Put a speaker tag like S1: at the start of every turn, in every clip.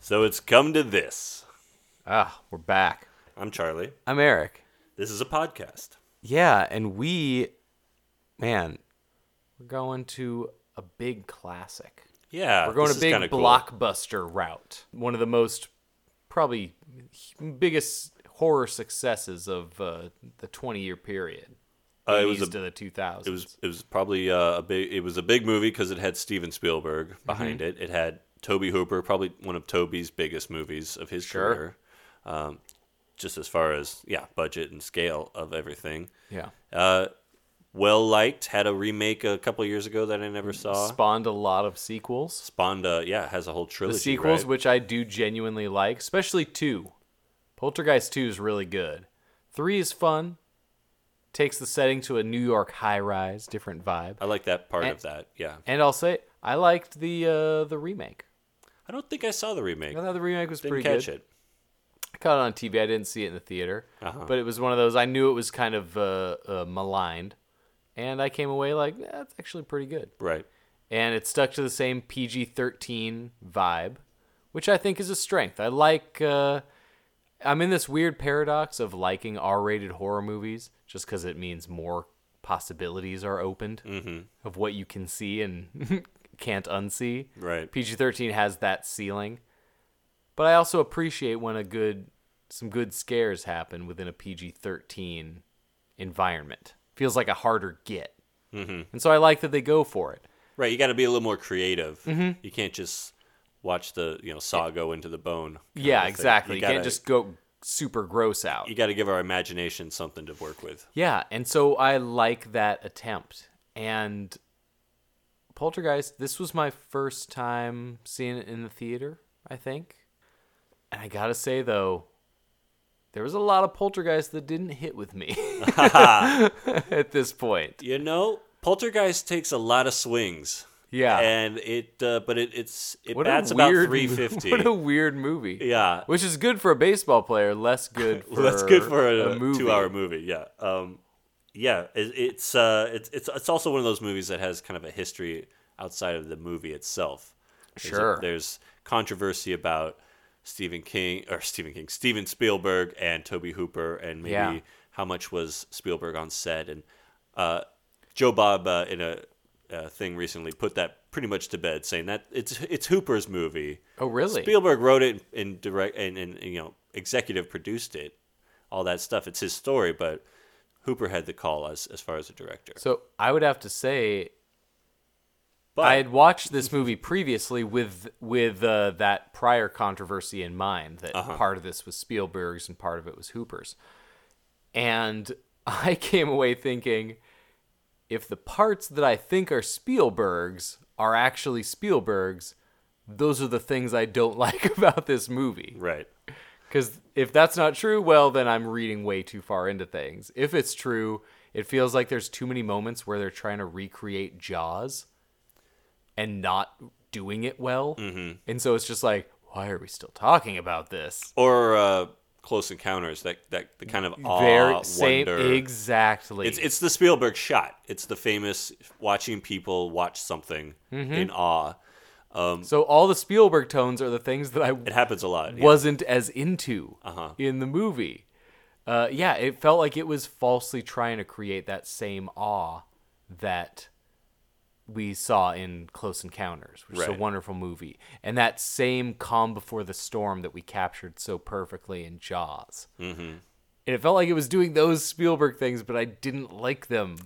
S1: So it's come to this.
S2: Ah, we're back.
S1: I'm Charlie.
S2: I'm Eric.
S1: This is a podcast.
S2: Yeah, and we, man, we're going to a big classic.
S1: Yeah,
S2: we're going
S1: this
S2: a
S1: is
S2: big
S1: kinda cool.
S2: blockbuster route. One of the most, probably, biggest horror successes of uh, the 20 year period.
S1: Uh, it was
S2: 80s
S1: a-
S2: to the 2000s.
S1: It was it was probably uh, a big it was a big movie because it had Steven Spielberg behind
S2: Mm-hmm.
S1: it. It had Toby Hooper, probably one of Toby's biggest movies of his
S2: Sure.
S1: career, um, just as far as yeah budget and scale of everything.
S2: yeah.
S1: Uh, well liked had a remake a couple years ago that I never saw.
S2: Spawned a lot of sequels.
S1: Spawned uh, yeah has a whole trilogy.
S2: the sequels,
S1: right?
S2: which I do genuinely like, especially two. Poltergeist 2 is really good. Three is fun, takes the setting to a New York high rise, different vibe.
S1: I like that part
S2: and-
S1: of that. Yeah,
S2: And I'll say I liked the uh, the remake.
S1: I don't think I saw the
S2: I
S1: remake.
S2: thought the remake was
S1: Didn't
S2: pretty
S1: catch
S2: good.
S1: it.
S2: I caught it on TV. I didn't see it in the theater,
S1: Uh-huh.
S2: but it was one of those. I knew it was kind of uh, uh, maligned, and I came away like that's actually pretty good.
S1: Right.
S2: and it stuck to the same PG 13 vibe, which I think is a strength. I like, uh, I'm in this weird paradox of liking R rated horror movies just because it means more possibilities are opened
S1: Mm-hmm.
S2: of what you can see and can't unsee.
S1: Right.
S2: PG 13 has that ceiling. But I also appreciate when a good, some good scares happen within a PG 13 environment. Feels like a harder get. Mm-hmm. And so I like that they go for it. Mm-hmm.
S1: Right, you got to be a little more creative. You can't just watch the you know saw go into the bone. kinda
S2: Yeah,
S1: thing.
S2: exactly. You,
S1: gotta,
S2: can't just go super gross out.
S1: you got to give our imagination something to work with.
S2: yeah, and so I like that attempt. And Poltergeist, this was my first time seeing it in the theater, I think. And I gotta say though, there was a lot of Poltergeist that didn't hit with me at this point.
S1: You know, Poltergeist takes a lot of swings.
S2: Yeah.
S1: and it uh, but it it's it
S2: What a
S1: bats about
S2: weird-
S1: three fifty.
S2: What a weird movie.
S1: Yeah.
S2: Which is good for a baseball player, less good for
S1: That's good for a, two-hour movie. Yeah, um, yeah. It, it's uh, it's it's it's also one of those movies that has kind of a history outside of the movie itself. There's a-
S2: Sure.
S1: there's controversy about Stephen King or Stephen King, Steven Spielberg and Toby Hooper, and maybe
S2: Yeah.
S1: how much was Spielberg on set. And uh, Joe Bob uh, in a uh, thing recently put that pretty much to bed, saying that it's it's Hooper's movie.
S2: Oh really?
S1: Spielberg wrote it and direct and, and, you know executive produced it, all that stuff. It's his story, but Hooper had the call as as far as a director.
S2: so I would have to say
S1: but
S2: I had watched this movie previously with with uh, that prior controversy in mind that part of this was Spielberg's and part of it was Hooper's, and I came away thinking if the parts that I think are Spielberg's are actually Spielberg's, those are the things I don't like about this movie.
S1: right,
S2: Because if that's not true, well, then I'm reading way too far into things. If it's true, it feels like there's too many moments where they're trying to recreate Jaws and not doing it well. Mm-hmm. And so it's just like, why are we still talking about this?
S1: or uh, Close Encounters that that the kind of awe
S2: Very same,
S1: wonder.
S2: exactly.
S1: It's it's the Spielberg shot. It's the famous watching people watch something
S2: Mm-hmm.
S1: in awe.
S2: so all the Spielberg tones are the things that I
S1: It happens a lot. yeah. Uh-huh.
S2: wasn't as into in the movie. Uh, yeah, it felt like it was falsely trying to create that same awe that we saw in Close Encounters, which is a
S1: Right.
S2: wonderful movie, and that same calm before the storm that we captured so perfectly in Jaws. Mm-hmm. And it felt like it was doing those Spielberg things, but I didn't like them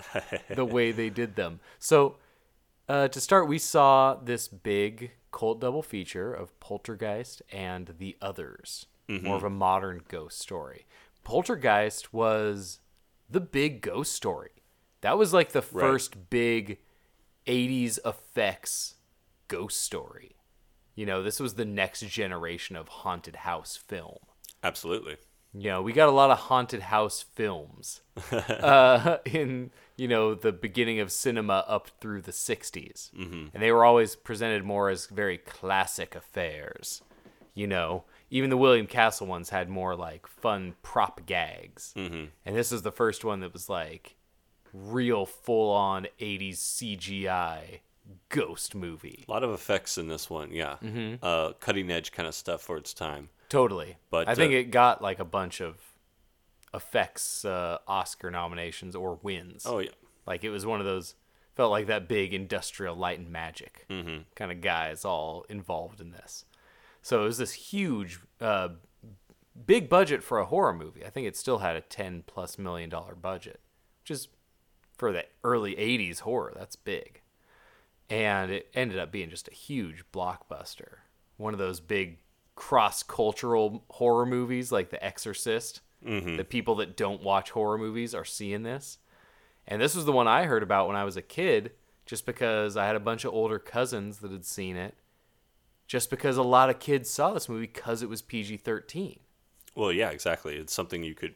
S2: the way they did them. So uh, to start, we saw this big cult double feature of Poltergeist and The Others, more of a modern ghost story. Poltergeist was the big ghost story. That was like the first big 80s effects ghost story You know, this was the next generation of haunted house film.
S1: Absolutely.
S2: You know, we got a lot of haunted house films uh, in, you know, the beginning of cinema up through the 60s. Mm-hmm. And they were always presented more as very classic affairs. You know, even the William Castle ones had more like fun prop gags. Mm-hmm. And this was the first one that was like real full on 80s CGI ghost movie.
S1: A lot of effects in this one, yeah.
S2: Mm-hmm.
S1: Uh, cutting edge kind of stuff for its time.
S2: Totally.
S1: But,
S2: I think
S1: uh,
S2: it got like a bunch of effects uh, Oscar nominations or wins.
S1: Oh, yeah.
S2: Like it was one of those felt like that big industrial light and magic kind of guys all involved in this. So it was this huge, uh, big budget for a horror movie. I think it still had a ten plus million dollar budget, which is for the early '80s horror. That's big, and it ended up being just a huge blockbuster. One of those big cross cultural horror movies like The Exorcist. The people that don't watch horror movies are seeing this. And this was the one I heard about when I was a kid, just because I had a bunch of older cousins that had seen it. Just because a lot of kids saw this movie because it was PG 13.
S1: Well, yeah, exactly. It's something you could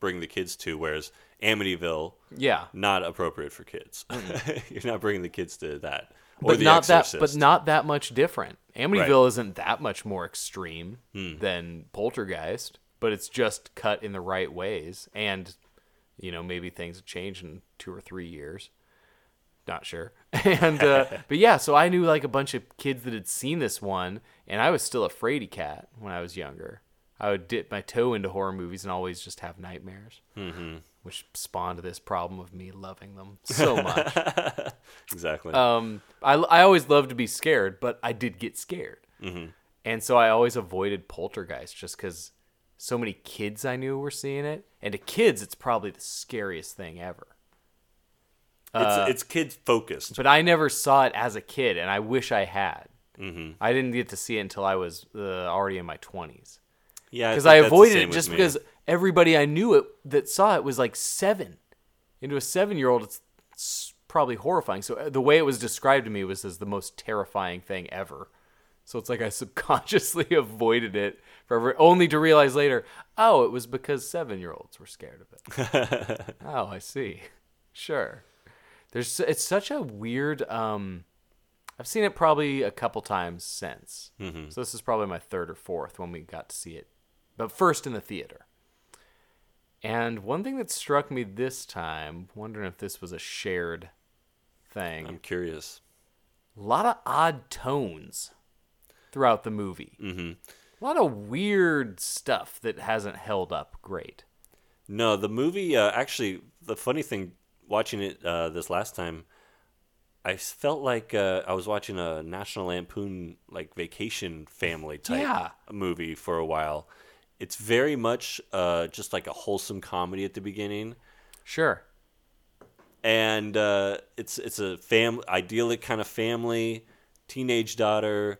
S1: bring the kids to, whereas Amityville,
S2: Yeah.
S1: not appropriate for kids. You're not bringing the kids to that. Or
S2: But
S1: the
S2: not
S1: Exorcist.
S2: that but not that much different. Amityville
S1: Right. Hmm.
S2: isn't that much more extreme than Poltergeist, but it's just cut in the right ways and you know, maybe things have changed in 2 or 3 years. Not sure. And uh, but yeah, so I knew like a bunch of kids that had seen this one and I was still a fraidy cat when I was younger. I would dip my toe into horror movies and always just have nightmares. Mm-hmm. Which spawned this problem of me loving them so much.
S1: exactly.
S2: um, I, I always loved to be scared, but I did get scared. And so I always avoided Poltergeist just because so many kids I knew were seeing it. And to kids, it's probably the scariest thing ever.
S1: it's it's kid focused.
S2: But I never saw it as a kid, and I wish I had. I didn't get to see it until I was uh, already in my 20s.
S1: Yeah,
S2: Because
S1: think
S2: I
S1: that's the
S2: avoided
S1: same
S2: it
S1: with
S2: just
S1: me.
S2: because everybody I knew it that saw it was like seven. And to a seven year old, it's, it's probably horrifying. So uh, the way it was described to me was as the most terrifying thing ever. So it's like I subconsciously avoided it forever, only to realize later, oh, it was because seven year olds were scared of it. oh, I see. Sure. There's it's such a weird. Um, I've seen it probably a couple times since. So this is probably my third or fourth when we got to see it but first in the theater. And one thing that struck me this time, wondering if this was a shared thing,
S1: I'm curious.
S2: a lot of odd tones throughout the movie. Mm-hmm. A lot of weird stuff that hasn't held up great.
S1: No, the movie uh, actually. The funny thing, watching it uh, this last time, I s- felt like uh, I was watching a National Lampoon like vacation family type
S2: Yeah.
S1: movie for a while. It's very much uh, just like a wholesome comedy at the beginning,
S2: Sure.
S1: and uh, it's it's a fam idyllic kind of family, teenage daughter,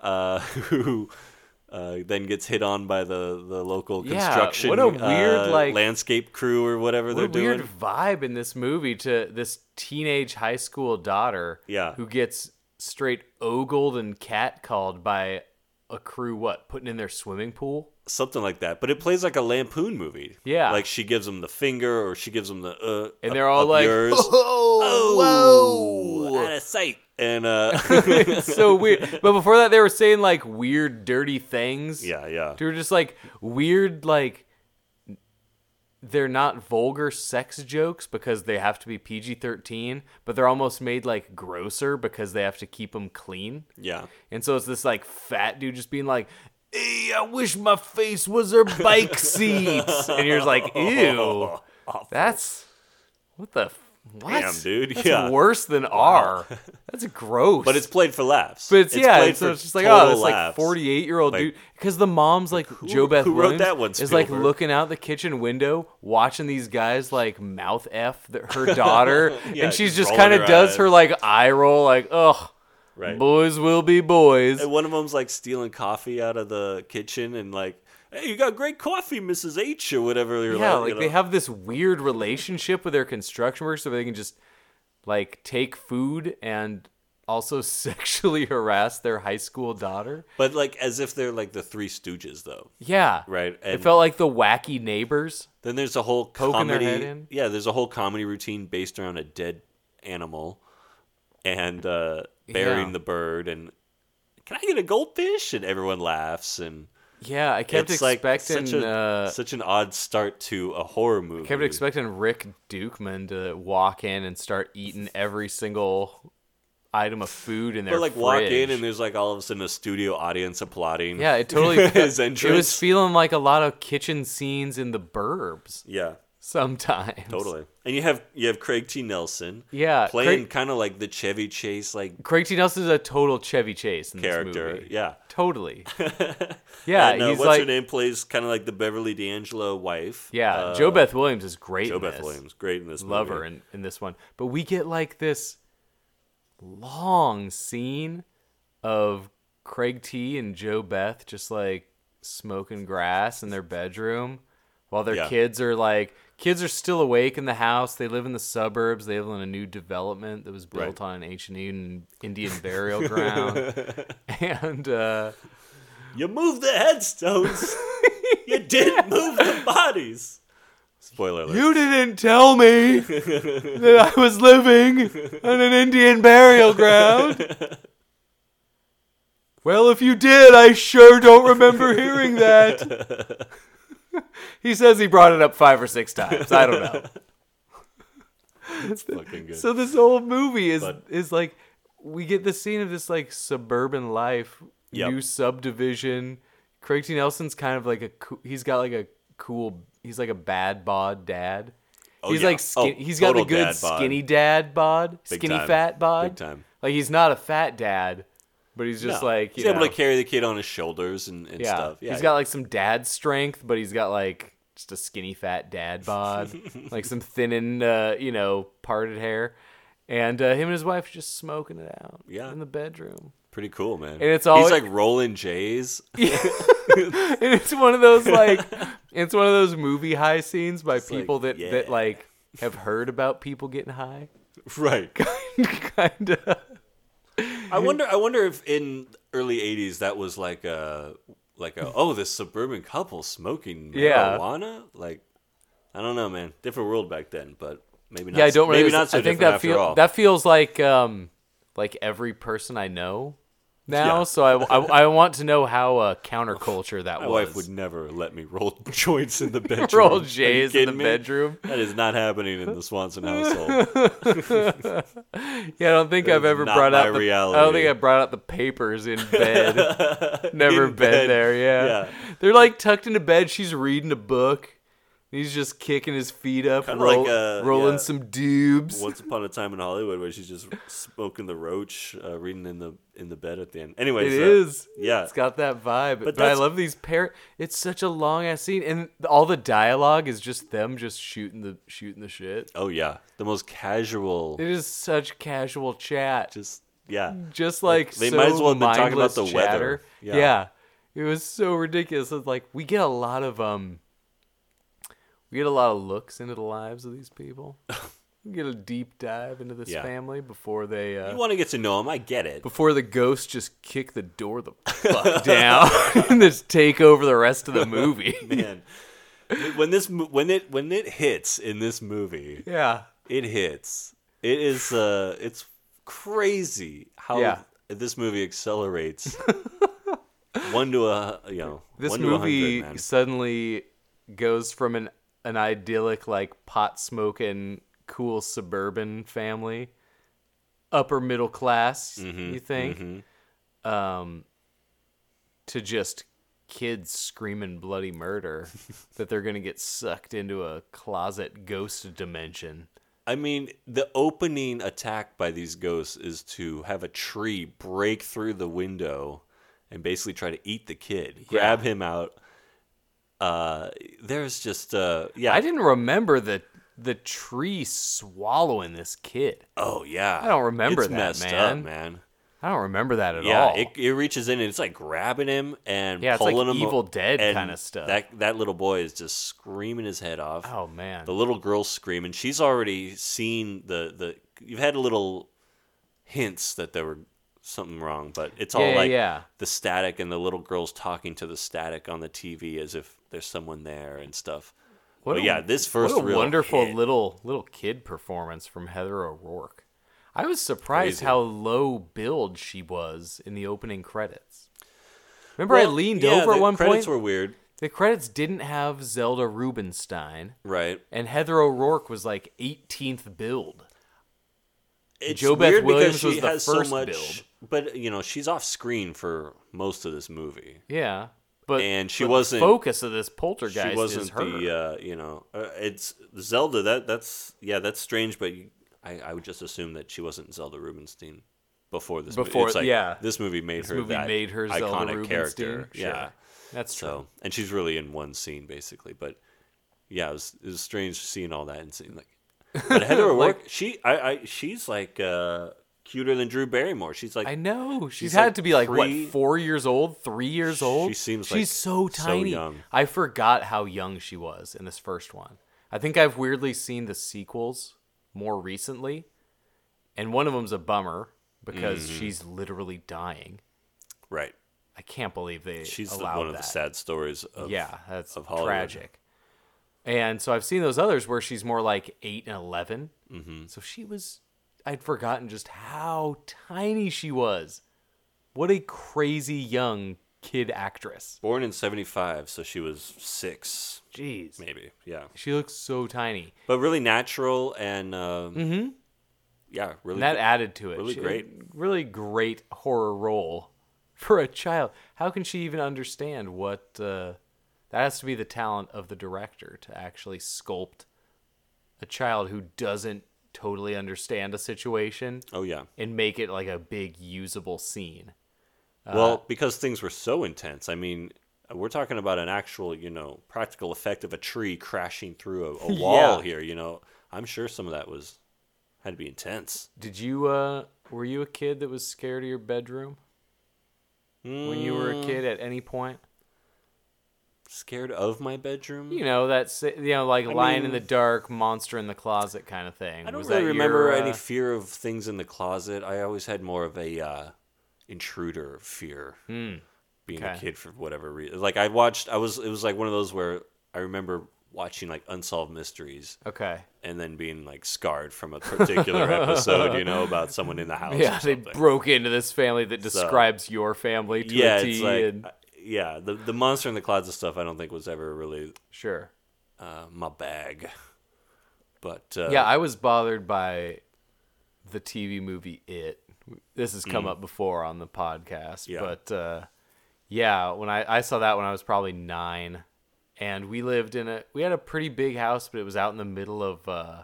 S1: uh, who. Uh, then gets hit on by the, the local
S2: Yeah,
S1: construction
S2: what a weird,
S1: uh,
S2: like-
S1: landscape crew or whatever
S2: What
S1: they're
S2: a weird
S1: doing.
S2: vibe in this movie to this teenage high school daughter
S1: Yeah.
S2: who gets straight ogled and catcalled by a crew, what, putting in their swimming pool?
S1: something like that. But it plays like a Lampoon movie.
S2: Yeah.
S1: like she gives him the finger, or she gives him the uh,
S2: And
S1: up-
S2: they're all
S1: up
S2: like,
S1: yours.
S2: oh, whoa.
S1: out of sight. And uh,
S2: it's so weird. But before that, they were saying like weird, dirty things.
S1: yeah, yeah,
S2: They were just like weird, like they're not vulgar sex jokes because they have to be PG 13, but they're almost made like grosser because they have to keep them clean.
S1: yeah.
S2: And so it's this like fat dude just being like, Hey, I wish my face was her bike seats. And you're just like, ew. That's what the f- what?
S1: Damn, dude,
S2: That's
S1: yeah.
S2: worse than R. That's gross.
S1: But it's played for laughs.
S2: But it's, yeah,
S1: played
S2: and so
S1: for
S2: it's just like
S1: total
S2: oh, this like
S1: laughs.
S2: forty eight year old
S1: Like-
S2: dude because the mom's like Joe Beth
S1: who wrote
S2: Williams
S1: that one,
S2: is like
S1: Spielberg?
S2: looking out the kitchen window watching these guys like mouth f the, her daughter
S1: Yeah,
S2: and she's
S1: just
S2: just kind
S1: rolling her
S2: of does
S1: eyes.
S2: her like eye roll like ugh
S1: Right.
S2: boys will be boys
S1: And one of them's like stealing coffee out of the kitchen and like, hey, you got great coffee, Mrs. H or whatever. You're
S2: yeah
S1: like,
S2: like
S1: you
S2: they
S1: know.
S2: have this weird relationship with their construction workers so they can just like take food and also sexually harass their high school daughter?
S1: But like as if they're like the Three Stooges though.
S2: Yeah.
S1: Right,
S2: it
S1: and-
S2: felt like the wacky neighbors.
S1: Then there's a whole
S2: Poking their
S1: comedy.
S2: head in?
S1: Yeah, there's a whole comedy routine based around a dead animal and uh, burying
S2: Yeah.
S1: the bird and can I get a goldfish? And everyone laughs and
S2: Yeah, I kept
S1: it's like
S2: expecting
S1: such a
S2: uh,
S1: such an odd start to a horror movie.
S2: kept expecting Rick Dukeman to walk in and start eating every single item of food in their
S1: Or like walk in
S2: fridge.
S1: and there's like all of a sudden a studio audience applauding.
S2: yeah, it totally
S1: his
S2: It was
S1: entrance.
S2: feeling like a lot of kitchen scenes in the burbs
S1: yeah,
S2: sometimes.
S1: totally. And you have you have Craig T. Nelson.
S2: Yeah,
S1: playing
S2: Craig-
S1: kind of like the Chevy Chase like
S2: Craig T. Nelson is a total Chevy Chase in
S1: character.
S2: This movie.
S1: Yeah.
S2: Totally. Yeah,
S1: and, uh,
S2: he's
S1: what's
S2: like
S1: her name plays kind of like the Beverly D'Angelo wife.
S2: Yeah,
S1: uh,
S2: Joe Beth Williams is great.
S1: Joe
S2: in
S1: Beth
S2: this.
S1: Williams, great in this.
S2: Love
S1: movie.
S2: her in, in this one. But we get like this long scene of Craig T and Joe Beth just like smoking grass in their bedroom while their
S1: Yeah.
S2: kids are like kids are still awake in the house. They live in the suburbs. They live in a new development that was
S1: Right.
S2: built on an ancient Indian, Indian burial ground. and uh
S1: You moved the headstones. you didn't move the bodies. Spoiler alert.
S2: You didn't tell me that I was living on an Indian burial ground. Well, if you did, I sure don't remember hearing that. he says he brought it up five or six times. I don't know.
S1: Fucking good.
S2: So this whole movie is
S1: But-
S2: is like we get the scene of this like suburban life,
S1: Yep.
S2: new subdivision. Craig T. Nelson's kind of like a coo- he's got like a cool he's like a bad bod dad.
S1: Oh,
S2: he's
S1: yeah.
S2: like skin,
S1: Oh,
S2: he's got the
S1: total
S2: good
S1: dad bod.
S2: skinny dad bod,
S1: Big
S2: skinny
S1: time.
S2: fat
S1: Big
S2: bod.
S1: time.
S2: Like he's not a fat dad, but he's just
S1: No.
S2: like you
S1: he's able
S2: know,
S1: to carry the kid on his shoulders and, and
S2: yeah.
S1: stuff. Yeah,
S2: he's got like some dad strength, but he's got like just a skinny fat dad bod, like some thinning, uh, you know, parted hair. And uh, him and his wife just smoking it out
S1: Yeah.
S2: in the bedroom.
S1: pretty cool, man. And
S2: it's
S1: he's
S2: always-
S1: like rolling J's.
S2: And it's one of those like it's one of those movie high scenes by
S1: like,
S2: people that that
S1: yeah.
S2: like have heard about people getting high.
S1: right.
S2: kind of.
S1: I wonder. I wonder if in early '80s that was like a like a oh this suburban couple smoking
S2: Hmm. Yeah.
S1: marijuana. Like I don't know, man. Different world back then, but maybe not.
S2: Yeah, I don't really
S1: maybe not so
S2: I think
S1: different
S2: that
S1: after
S2: feel,
S1: all.
S2: that feels like um like every person I know now.
S1: Yeah.
S2: So I, I, I want to know how uh, counterculture that
S1: My
S2: was.
S1: wife would never let me roll joints in the bedroom.
S2: Roll
S1: Are you
S2: J's in
S1: kidding
S2: the
S1: me?
S2: bedroom.
S1: That is not happening in the Swanson household.
S2: Yeah, I don't think I've
S1: is
S2: ever
S1: not
S2: brought
S1: my
S2: out the, I don't
S1: reality.
S2: think I brought out the papers in bed. Never
S1: In
S2: been
S1: bed,
S2: there. Yeah.
S1: yeah.
S2: they're like tucked into bed. She's reading a book. He's just kicking his feet up,
S1: Kinda
S2: roll-
S1: like, uh,
S2: rolling
S1: yeah.
S2: some dubs.
S1: Once upon a time in Hollywood, where she's just smoking the roach, uh, reading in the in the bed at the end. Anyways,
S2: It
S1: uh,
S2: is.
S1: yeah.
S2: It's got that vibe. But, I
S1: that's-
S2: love these pair. It's such a long ass scene, and all the dialogue is just them just shooting the shooting the shit.
S1: Oh yeah, the most casual.
S2: It is such casual chat, just,
S1: Just yeah.
S2: like
S1: They
S2: so
S1: might as well have been talking about
S2: mindless
S1: the weather.
S2: chatter.
S1: Yeah.
S2: yeah, it was so ridiculous. It's like we get a lot of um, we get a lot of looks into the lives of these people. we get a deep dive into this
S1: Yeah.
S2: family before they uh,
S1: You want to get to know him. I get it.
S2: before the ghosts just kick the door the fuck down and just take over the rest of the movie.
S1: Man, when this mo- when it when it hits in this movie,
S2: yeah.
S1: it hits. It is uh, it's crazy how
S2: Yeah.
S1: this movie accelerates. one to a you know
S2: This
S1: one
S2: movie
S1: to a hundred. man.
S2: suddenly goes from an an idyllic like pot smoking cool suburban family upper middle class,
S1: Mm-hmm,
S2: you think? Um to just kids screaming bloody murder that they're going to get sucked into a closet ghost dimension.
S1: I mean, the opening attack by these ghosts is to have a tree break through the window and basically try to eat the kid, grab him out. Uh, there's just uh, yeah.
S2: I didn't remember the the tree swallowing this kid.
S1: Oh yeah,
S2: I don't remember
S1: it's
S2: that,
S1: messed
S2: man.
S1: Up, man.
S2: I don't remember that at
S1: Yeah,
S2: all.
S1: it, it reaches in and it's like grabbing him and
S2: Yeah, it's like
S1: pulling him.
S2: Evil Dead
S1: and
S2: kinda stuff.
S1: That that little boy is just screaming his head off.
S2: oh man.
S1: The little girl's screaming. She's already seen the the. You've had a little hints that there were something wrong, but it's all
S2: Yeah, yeah,
S1: like
S2: yeah.
S1: the static and the little girls talking to the static on the TV as if there's someone there and stuff.
S2: What
S1: but
S2: a-
S1: yeah, this first
S2: what a
S1: real
S2: wonderful
S1: hit.
S2: little little kid performance from Heather O'Rourke. I was surprised
S1: Crazy.
S2: how low billed she was in the opening credits. Remember, I
S1: Well,
S2: leaned
S1: yeah,
S2: over
S1: the
S2: at one
S1: credits
S2: point.
S1: were weird,
S2: the credits didn't have Zelda Rubinstein,
S1: right?
S2: and Heather O'Rourke was like 18th billed.
S1: It's
S2: Jo Beth
S1: weird because
S2: Williams
S1: she
S2: was the
S1: has
S2: first
S1: so much,
S2: build.
S1: but you know she's off screen for most of this movie.
S2: Yeah, but
S1: And she
S2: but
S1: wasn't-
S2: the focus of this poltergeist.
S1: she
S2: is
S1: wasn't
S2: her.
S1: the uh, you know uh, it's Zelda. That that's yeah, that's strange. But you, I I would just assume that she wasn't Zelda Rubinstein before this.
S2: Before-
S1: movie. It's like,
S2: yeah.
S1: this movie made
S2: this
S1: her
S2: movie
S1: that
S2: made her
S1: iconic
S2: Zelda Rubinstein.
S1: character.
S2: Sure.
S1: Yeah,
S2: that's true.
S1: so and she's really in one scene basically, but yeah, it was, it was strange seeing all that and seeing like. But Heather O'Rourke, she I, I she's like uh, cuter than Drew Barrymore. She's like
S2: I know. She's,
S1: She's,
S2: had
S1: like,
S2: to be like
S1: three-
S2: what, four years old, three years old.
S1: seems,
S2: she's
S1: like,
S2: so
S1: so
S2: tiny.
S1: young.
S2: I forgot how young she was in this first one. I think I've weirdly seen the sequels more recently, and one of them's a bummer because
S1: Mm-hmm.
S2: she's literally dying.
S1: right.
S2: I can't believe they
S1: She's the,
S2: allowed
S1: one of
S2: that.
S1: the sad stories of
S2: yeah, that's
S1: of Hollywood.
S2: tragic. And so I've seen those others where she's more like eight and 11 Mm-hmm. So she was. I'd forgotten just how tiny she was. What a crazy young kid actress.
S1: Born in '75, so she was six,
S2: Jeez,
S1: maybe. Yeah,
S2: she looks so tiny.
S1: but really natural and um, yeah, really.
S2: Mm-hmm. And that
S1: good.
S2: added to it.
S1: really
S2: She-
S1: great.
S2: really great horror role for a child. How can she even understand what? Uh, that has to be the talent of the director to actually sculpt a child who doesn't totally understand a situation
S1: oh yeah.
S2: and make it like a big usable scene. Uh,
S1: well, because things were so intense. I mean, we're talking about an actual, you know, practical effect of a tree crashing through a, a wall
S2: Yeah.
S1: here. You know, I'm sure some of that was had to be intense.
S2: Did you? Uh, were you a kid that was scared of your bedroom when you were a
S1: Mm.
S2: kid at any point?
S1: Scared of my bedroom.
S2: You know that sa- you know like lion in
S1: mean-
S2: the dark, monster in the closet kind of thing.
S1: I don't
S2: Was
S1: really
S2: that
S1: remember
S2: your,
S1: any
S2: uh,
S1: fear of things in the closet. I always had more of a uh, intruder fear being a
S2: Hmm. Okay.
S1: kid for whatever reason. Like I watched, I was it was like one of those where I remember watching like unsolved mysteries
S2: Okay.
S1: and then being like scarred from a particular episode, you know, about someone in the house.
S2: Yeah,
S1: or
S2: they
S1: something.
S2: broke into this family that describes your family to
S1: Yeah,
S2: a
S1: it's
S2: T.
S1: like
S2: and,
S1: uh, yeah, the the monster in the closet stuff. I don't think was ever really
S2: sure.
S1: uh, my bag, but uh,
S2: yeah, I was bothered by the TV movie It. This has come up before on the
S1: Mm.
S2: podcast,
S1: Yeah.
S2: but uh, yeah, when I, I saw that when I was probably nine, and we lived in a we had a pretty big house, but it was out in the middle of uh,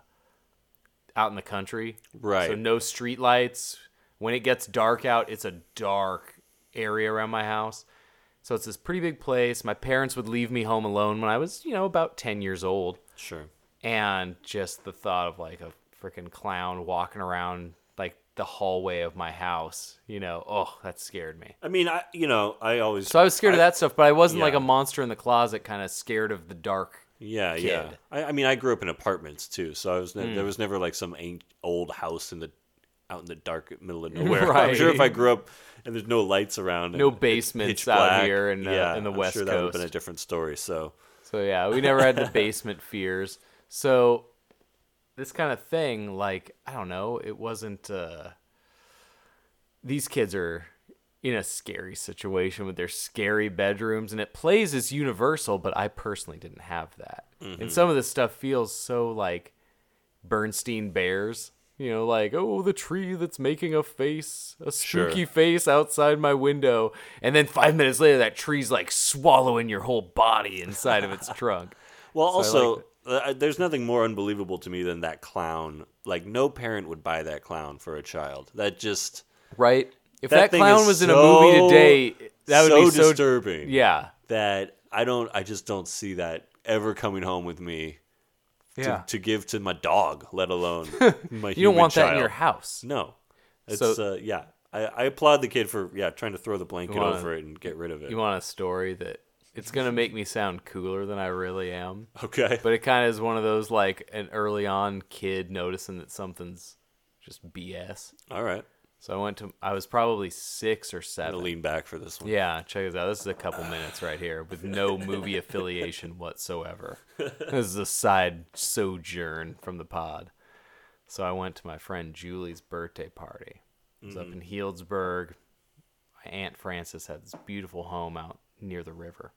S2: out in the country,
S1: Right.
S2: So no street lights. When it gets dark out, it's a dark area around my house. So it's this pretty big place. My parents would leave me home alone when I was, you know, about 10 years old
S1: sure.
S2: and just the thought of like a freaking clown walking around like the hallway of my house, you know, oh, that scared me.
S1: I mean, I you know, I always
S2: So I was scared of
S1: I-
S2: that stuff, but I wasn't like
S1: yeah.
S2: a monster in the closet kind of scared of the dark.
S1: Yeah, yeah.
S2: kid. Mm.
S1: I, I mean, I grew up in apartments too, so I was ne- there was never like some an- old house in the out in the dark middle of nowhere. I'm sure if I
S2: Right.
S1: grew up and there's no lights around, and
S2: No
S1: it's
S2: basements
S1: pitch
S2: out
S1: black,
S2: here in, uh, in the
S1: I'm
S2: West
S1: sure that would have been a
S2: Coast.
S1: different story. So
S2: So yeah, we never had the basement fears. So this kind of thing, like, I don't know, it wasn't uh these kids are in a scary situation with their scary bedrooms and it plays as universal, but I personally didn't have that.
S1: Mm-hmm.
S2: And some of this stuff feels so like Bernstein Bears. You know, like, oh, the tree that's making a face, a spooky face outside my window. And then five minutes later, that tree's like swallowing your whole body inside of its trunk.
S1: Well,
S2: So I
S1: also,
S2: like
S1: uh, there's nothing more unbelievable to me than that clown. Like, no parent would buy that clown for a child. That just
S2: Right? If
S1: That
S2: that,
S1: thing
S2: clown
S1: is
S2: was in a movie
S1: so-
S2: today, that would
S1: so
S2: be so
S1: disturbing.
S2: Yeah.
S1: that I don't. I just don't see that ever coming home with me. To,
S2: Yeah.
S1: to give to my dog, let alone my
S2: You don't want that in your house.
S1: No. It's uh,
S2: So-
S1: yeah. I, I applaud the kid for yeah trying to throw the blanket
S2: wanna-
S1: over it and get rid of it.
S2: You want a story that it's going to make me sound cooler than I really am.
S1: okay.
S2: But it kind of is one of those like an early on kid noticing that something's just BS.
S1: All right.
S2: So I went to I was probably six or
S1: I'm gonna
S2: seven.
S1: lean back for this one.
S2: Yeah, check this out. This is a couple minutes right here with no movie affiliation whatsoever. This is a side sojourn from the pod. So I went to my friend Julie's birthday party. It was up in Healdsburg. My Aunt Frances had this beautiful home out near the river.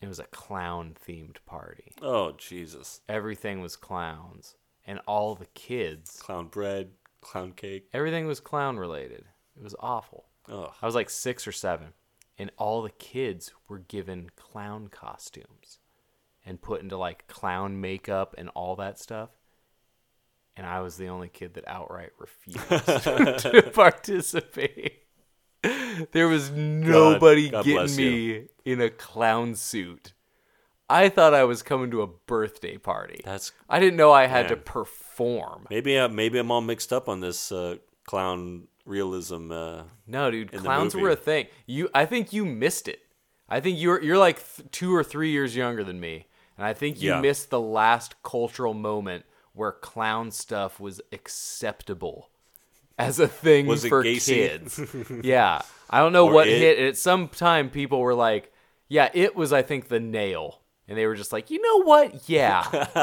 S2: It was a clown themed party.
S1: Oh Jesus!
S2: Everything was clowns. And all the kids,
S1: Clown bread, clown cake.
S2: everything was clown related. It was awful.
S1: Oh,
S2: I was like six or seven, and all the kids were given clown costumes and put into like clown makeup and all that stuff. And I was the only kid that outright refused to participate. There was nobody
S1: God
S2: getting
S1: bless
S2: me
S1: you.
S2: in a clown suit. I thought I was coming to a birthday party.
S1: that's
S2: I didn't know I had to
S1: Man.
S2: perform.
S1: maybe. I, maybe I'm all mixed up on this uh, clown realism. Uh,
S2: No, dude,
S1: in the
S2: clowns were
S1: movie.
S2: a thing. You, I think you missed it. I think you're you're like th- two or three years younger than me, and I think you
S1: Yeah.
S2: missed the last cultural moment where clown stuff was acceptable as a thing
S1: Was it
S2: for kids.
S1: Gacy?
S2: yeah, I don't know
S1: Or
S2: what
S1: It?
S2: hit. At some time, people were like, "Yeah, it was." I think the nail, and they were just like, "You know what? Yeah,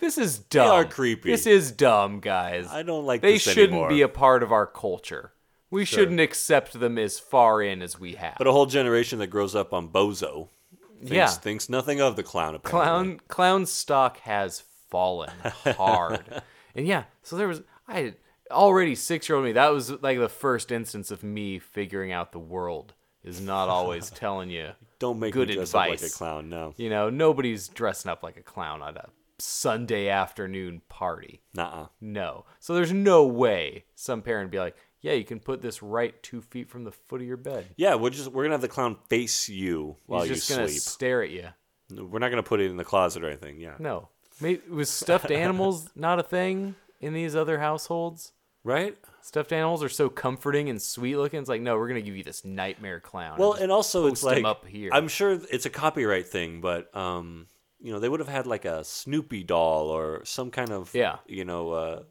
S2: this is dumb.
S1: are creepy.
S2: This is dumb, guys.
S1: I don't like
S2: They
S1: this
S2: shouldn't
S1: anymore.
S2: be a part of our culture. We shouldn't accept them as far in as we have.
S1: but a whole generation that grows up on bozo thinks,
S2: yeah,
S1: thinks nothing of the clown. Apparently.
S2: clown clown stock has fallen hard, and yeah. So there was I already six year old me. That was like the first instance of me figuring out the world is not always telling you.
S1: Don't make
S2: good
S1: me dress up like a
S2: advice.
S1: clown. No,
S2: You know, nobody's dressing up like a clown on a Sunday afternoon party.
S1: nah.
S2: No. So there's no way some parent would be like, yeah, you can put this right two feet from the foot of your bed.
S1: Yeah, we're just we're gonna have the clown face you while
S2: He's just
S1: you
S2: gonna
S1: sleep.
S2: stare at you.
S1: We're not gonna put it in the closet or anything. Yeah,
S2: No, May was stuffed animals not a thing in these other households?
S1: right.
S2: Stuffed animals are so comforting and sweet looking. It's like, no, we're gonna give you this nightmare clown.
S1: Well,
S2: just
S1: and also it's
S2: post him
S1: like
S2: up here.
S1: I'm sure it's a copyright thing, but um, you know they would have had like a Snoopy doll or some kind of
S2: Yeah.
S1: you know, uh,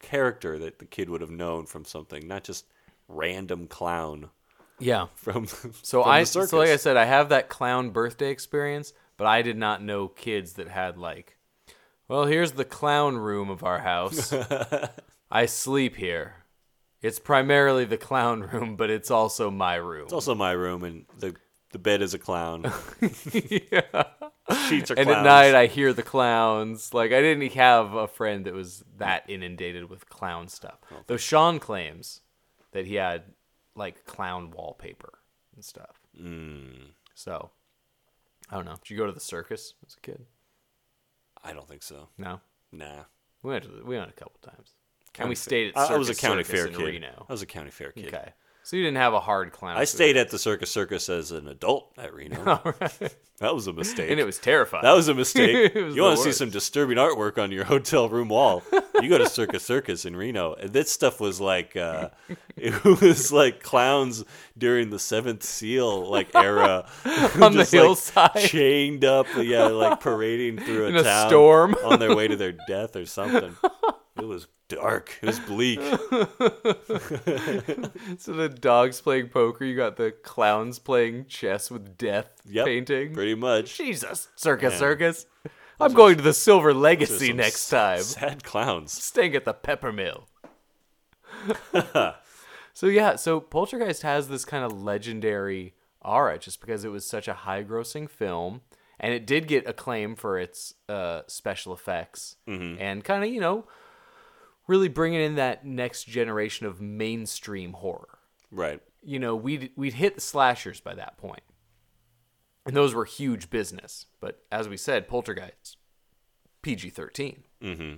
S1: character that the kid would have known from something, not just random clown
S2: yeah.
S1: from.
S2: So
S1: from
S2: I
S1: the
S2: so
S1: circus.
S2: like I said, I have that clown birthday experience, but I did not know kids that had like, well, here's the clown room of our house. I sleep here. It's primarily the clown room, but it's also my room.
S1: It's also my room, and the the bed is a clown. Sheets are
S2: and at
S1: clowns.
S2: night I hear the clowns. Like I didn't have a friend that was that inundated with clown stuff.
S1: Oh,
S2: Though Sean claims that he had like clown wallpaper and stuff. Mm.
S1: Hmm.
S2: So I don't know. Did you go to the circus as a kid?
S1: I don't think so.
S2: No,
S1: Nah.
S2: we went to the, we went a couple times, and we
S1: Fair.
S2: stayed at
S1: I-
S2: circus,
S1: I was a county
S2: Circus
S1: fair
S2: in
S1: kid.
S2: Reno.
S1: I was a county fair kid.
S2: Okay, so you didn't have a hard clown.
S1: I stayed at the Circus Circus as an adult at Reno. That was a mistake.
S2: and it was terrifying.
S1: that was a mistake.
S2: It was
S1: you
S2: the
S1: want to see
S2: worst.
S1: some disturbing artwork on your hotel room wall? You go to Circus Circus in Reno, and this stuff was like uh, it was like clowns during the Seventh Seal like era
S2: On the
S1: Just,
S2: hillside.
S1: chained up, yeah, like parading through a,
S2: In a
S1: town
S2: storm.
S1: on their way to their death or something. It was dark. It was bleak.
S2: So the dogs playing poker, you got the clowns playing chess with death
S1: Yep,
S2: painting.
S1: pretty much.
S2: Jesus, circus,
S1: Yeah.
S2: circus. I'm going to the Silver
S1: There's
S2: Legacy
S1: some
S2: next
S1: s-
S2: time.
S1: Sad clowns.
S2: Staying at the Peppermill. so yeah, so Poltergeist has this kind of legendary aura just because it was such a high-grossing film, and it did get acclaim for its uh, special effects
S1: Mm-hmm.
S2: and kind of you know really bringing in that next generation of mainstream horror
S1: Right.
S2: you know, we'd we'd hit the slashers by that point. And those were huge business. But as we said, Poltergeist, PG 13. Mm-hmm.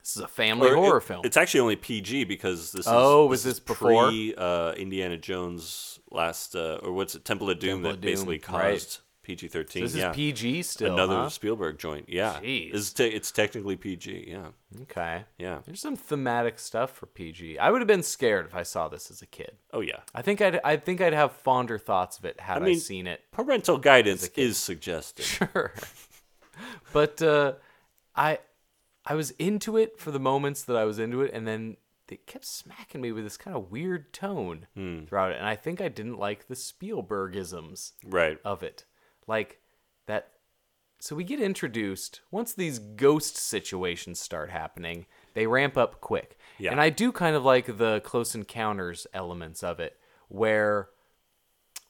S2: This is a family
S1: Or
S2: horror
S1: it-
S2: film.
S1: It's actually only PG because this.
S2: Oh,
S1: is,
S2: was
S1: this, is
S2: this before?
S1: pre, uh, Indiana Jones last uh, or what's it Temple of Doom
S2: Temple
S1: that
S2: of Doom,
S1: basically
S2: right.
S1: caused PG thirteen.
S2: this
S1: yeah.
S2: is PG still.
S1: Another
S2: huh?
S1: Spielberg joint. Yeah,
S2: Jeez.
S1: It's, te- it's technically PG. Yeah,
S2: Okay.
S1: yeah.
S2: There's some thematic stuff for PG. I would have been scared if I saw this as a kid.
S1: Oh yeah.
S2: I think I'd I think I'd have fonder thoughts of it had I,
S1: mean-
S2: seen it.
S1: Parental guidance is suggested.
S2: Sure. but uh, I I was into it for the moments that I was into it, and then they kept smacking me with this kind of weird tone throughout it. And I think I didn't like the Spielbergisms
S1: Right.
S2: of it. Like that. So we get introduced once these ghost situations start happening, they ramp up quick.
S1: Yeah.
S2: And I do kind of like the close encounters elements of it, where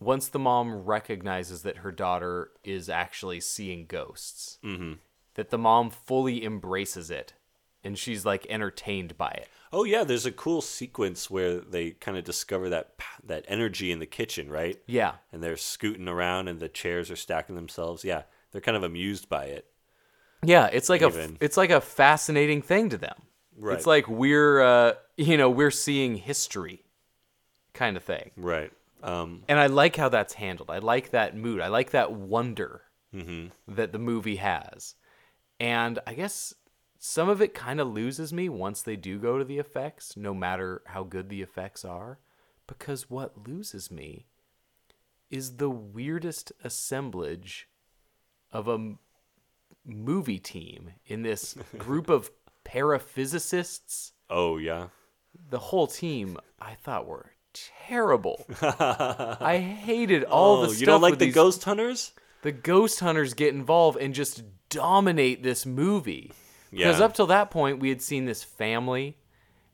S2: once the mom recognizes that her daughter is actually seeing ghosts, that the mom fully embraces it and she's like entertained by it.
S1: Oh yeah, there's a cool sequence where they kind of discover that p- that energy in the kitchen, right?
S2: Yeah.
S1: And they're scooting around, and the chairs are stacking themselves. Yeah, they're kind of amused by it.
S2: Yeah, it's like a
S1: Even.
S2: it's like a fascinating thing to them.
S1: Right.
S2: It's like we're uh, you know we're seeing history, kind of thing.
S1: Right. Um,
S2: And I like how that's handled. I like that mood. I like that wonder that the movie has. And I guess some of it kind of loses me once they do go to the effects, no matter how good the effects are, because what loses me is the weirdest assemblage of a m- movie team in this group of paraphysicists.
S1: oh yeah.
S2: The whole team I thought were terrible. I hated all
S1: oh,
S2: the stuff.
S1: you don't like
S2: with
S1: the
S2: these-
S1: ghost hunters?
S2: the ghost hunters get involved and just dominate this movie. Because
S1: Yeah.
S2: up till that point, we had seen this family.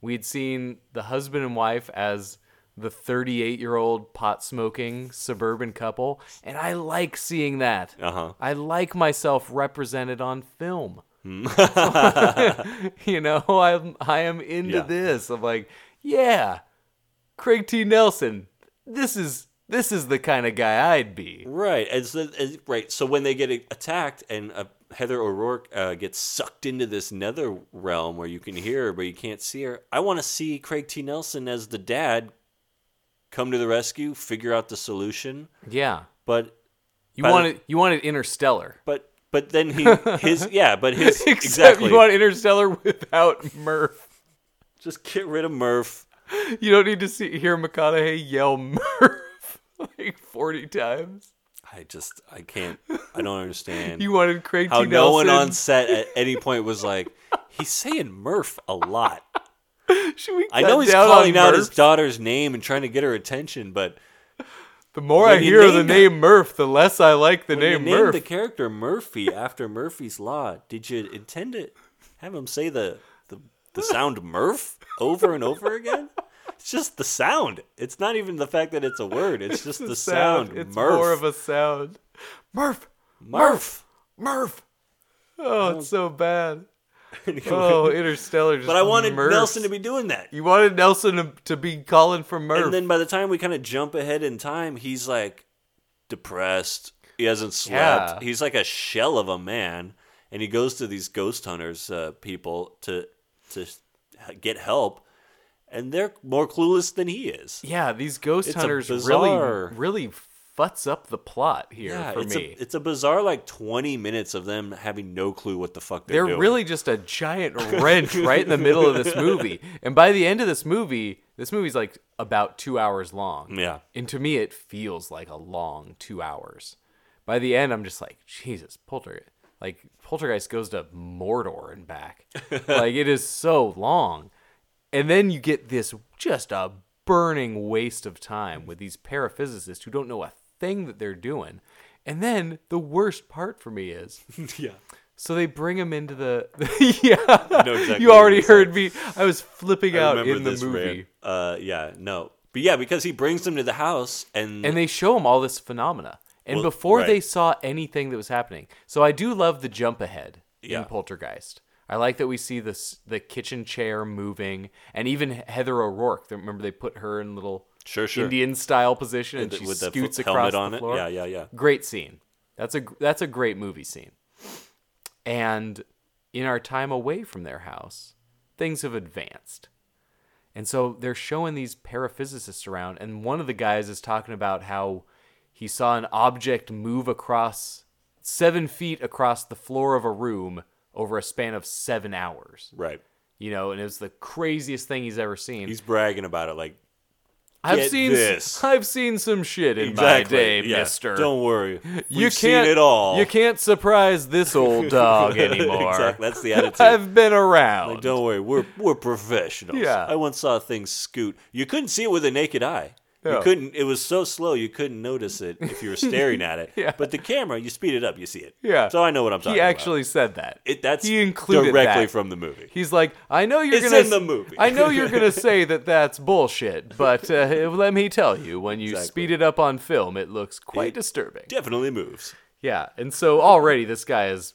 S2: We had seen the husband and wife as the 38 year old pot smoking suburban couple. And I like seeing that.
S1: Uh-huh.
S2: I like myself represented on film.
S1: Hmm.
S2: you know, I'm, I am into
S1: Yeah.
S2: this. I'm like, yeah, Craig T. Nelson, this is. This is the kind of guy I'd be.
S1: Right. As the, as, right. So when they get attacked and uh, Heather O'Rourke uh, gets sucked into this nether realm where you can hear her but you can't see her, I want to see Craig T. Nelson as the dad come to the rescue, figure out the solution.
S2: Yeah.
S1: But
S2: You
S1: By the-
S2: wanted you wanted Interstellar.
S1: but but then he his yeah. But his
S2: Except
S1: exactly.
S2: You want Interstellar without Murph.
S1: Just get rid of Murph.
S2: You don't need to see hear McConaughey yell Murph like forty times.
S1: I just I can't. I don't understand.
S2: You wanted Craig
S1: how
S2: T.
S1: no one on
S2: Nelson.
S1: set at any point was like, he's saying Murph a lot.
S2: Should we
S1: I
S2: cut
S1: know he's
S2: down on
S1: calling out his
S2: Murph?
S1: daughter's name and trying to get her attention, but
S2: The more
S1: when
S2: I
S1: you
S2: hear the
S1: named
S2: name Murph, the less I like the
S1: when you
S2: name
S1: named
S2: Murph.
S1: the character Murphy after Murphy's Law, did you intend to have him say the, the the sound Murph over and over again? It's just the sound. It's not even the fact that it's a word. It's just the, sound,
S2: It's
S1: Murph.
S2: more of a sound. Murph,
S1: Murph.
S2: Murph. Oh, it's so bad.
S1: but
S2: Oh, Interstellar. Just
S1: I wanted
S2: Murph.
S1: Nelson to be doing that.
S2: You wanted Nelson to, to be calling for Murph.
S1: And then by the time we kind of jump ahead in time, he's like depressed. He hasn't slept.
S2: Yeah.
S1: He's like a shell of a man, and he goes to these ghost hunters uh, people to to h- get help, and they're more clueless than he is.
S2: Yeah, these ghost
S1: It's a
S2: hunters
S1: bizarre-
S2: really really futs up the plot here for
S1: it's
S2: me.
S1: a it's a bizarre like twenty minutes of them having no clue what the fuck they're,
S2: They're
S1: doing.
S2: really just a giant wrench right in the middle of this movie. And by the end of this movie, this movie's like about 2 hours long.
S1: yeah.
S2: And to me it feels like a long 2 hours. By the end I'm just like, Jesus, Poltergeist. Like Poltergeist goes to Mordor and back. like it is so long. And then you get this just a burning waste of time with these paraphysicists who don't know a thing that they're doing. And then the worst part for me is
S1: yeah.
S2: so they bring him into the yeah.
S1: know exactly
S2: you
S1: what
S2: already
S1: you're saying.
S2: heard me. I was flipping
S1: I
S2: out
S1: remember
S2: in the
S1: this
S2: movie.
S1: rant. Uh, yeah, no, but yeah, because he brings them to the house, and,
S2: And they show him all this phenomena. And
S1: Well,
S2: before
S1: right.
S2: they saw anything that was happening. So I do love the jump ahead
S1: Yeah.
S2: in Poltergeist. I like that we see this the kitchen chair moving and even Heather O'Rourke. Remember they put her in little
S1: Sure, sure.
S2: Indian style position and
S1: With
S2: she
S1: the- with the
S2: scoots
S1: f- helmet
S2: across
S1: on
S2: the
S1: it.
S2: floor.
S1: Yeah, yeah, yeah.
S2: Great scene. That's a gr- that's a great movie scene. And in our time away from their house, things have advanced. And so they're showing these paraphysicists around, and one of the guys is talking about how he saw an object move across seven feet across the floor of a room over a span of seven hours.
S1: right,
S2: You know, and it was the craziest thing he's ever seen.
S1: he's bragging about it like
S2: I've
S1: Get
S2: seen
S1: this.
S2: I've seen some shit in
S1: Exactly.
S2: my day,
S1: yeah.
S2: Mister.
S1: Don't worry.
S2: you
S1: We've
S2: can't
S1: seen it all.
S2: You can't surprise this old dog anymore.
S1: Exactly. That's the attitude.
S2: I've been around.
S1: Like, don't worry, we're we're professionals.
S2: Yeah.
S1: I once saw things scoot. You couldn't see it with the naked eye. You
S2: Yeah.
S1: couldn't. It was so slow you couldn't notice it if you were staring at it.
S2: Yeah.
S1: But the camera, you speed it up, you see it.
S2: Yeah.
S1: So I know what I'm talking
S2: he
S1: about.
S2: actually said that.
S1: it, that's
S2: he included
S1: directly
S2: that.
S1: from the movie.
S2: He's like, I know you're
S1: It's
S2: gonna.
S1: in the movie."
S2: I know you're gonna say that that's bullshit, but uh, let me tell you, when you
S1: Exactly.
S2: speed it up on film, it looks quite
S1: It-
S2: disturbing.
S1: Definitely moves.
S2: Yeah, and so already this guy is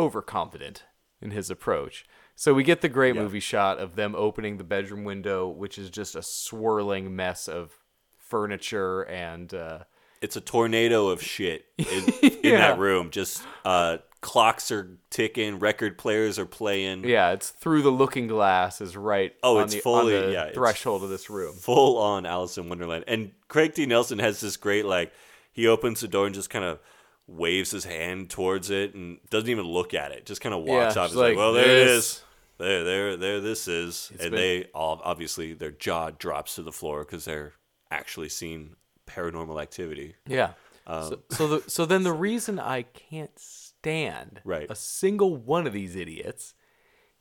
S2: overconfident in his approach. So we get the great movie shot of them opening the bedroom window, which is just a swirling mess of furniture and uh,
S1: It's a tornado of shit in, in
S2: Yeah.
S1: that room. Just uh, clocks are ticking, record players are playing.
S2: yeah, it's through the looking glass is right.
S1: Oh,
S2: on
S1: it's
S2: the,
S1: fully-
S2: on the
S1: yeah, it's
S2: threshold of this room.
S1: full on Alice in Wonderland. And Craig D. Nelson has this great like he opens the door and just kind of waves his hand towards it and doesn't even look at it. Just kind of walks
S2: Yeah,
S1: off.
S2: just
S1: He's like,
S2: like,
S1: well, there it
S2: "This."
S1: is. There, there, there. This is, and
S2: been-
S1: they all obviously their jaw drops to the floor because they're actually seeing paranormal activity.
S2: Yeah.
S1: um,
S2: so, so, the, so then the reason I can't stand
S1: Right.
S2: a single one of these idiots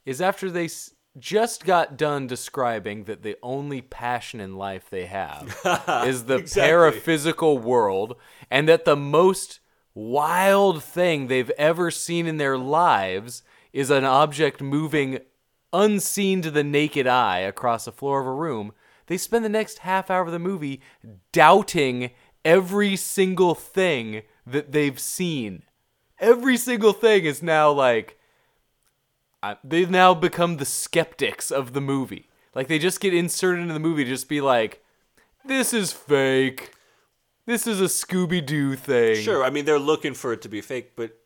S2: is after they s- just got done describing that the only passion in life they have is the paraphysical world and that the most wild thing they've ever seen in their lives is an object moving unseen to the naked eye across the floor of a room, they spend the next half hour of the movie doubting every single thing that they've seen. Every single thing is now like I- they've now become the skeptics of the movie. Like they just get inserted into the movie to just be like, "This is fake. This is a Scooby Doo thing."
S1: Sure, I mean they're looking for it to be fake, but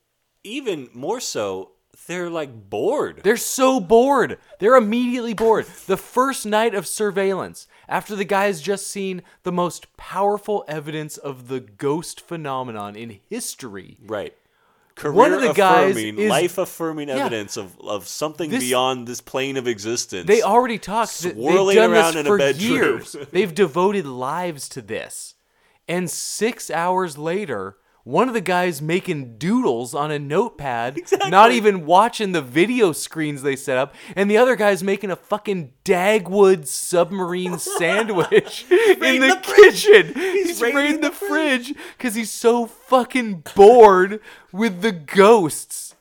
S1: even more so, they're like bored.
S2: They're so bored. They're immediately bored. The first night of surveillance, after the guy has just seen the most powerful evidence of the ghost phenomenon in history,
S1: Right. Career
S2: One of the guys
S1: affirming,
S2: is-
S1: life affirming
S2: Yeah.
S1: evidence of, of something
S2: This-
S1: beyond this plane of existence.
S2: They already talked. that
S1: Swirling
S2: They've done
S1: around
S2: this
S1: in a
S2: for
S1: bedroom.
S2: years. They've devoted lives to this. And six hours later, one of the guys making doodles on a notepad, not even watching the video screens they set up, and the other guy's making a fucking Dagwood submarine sandwich in the, kitchen. He's,
S1: raiding
S2: raiding
S1: the
S2: the fridge because he's so fucking bored with the ghosts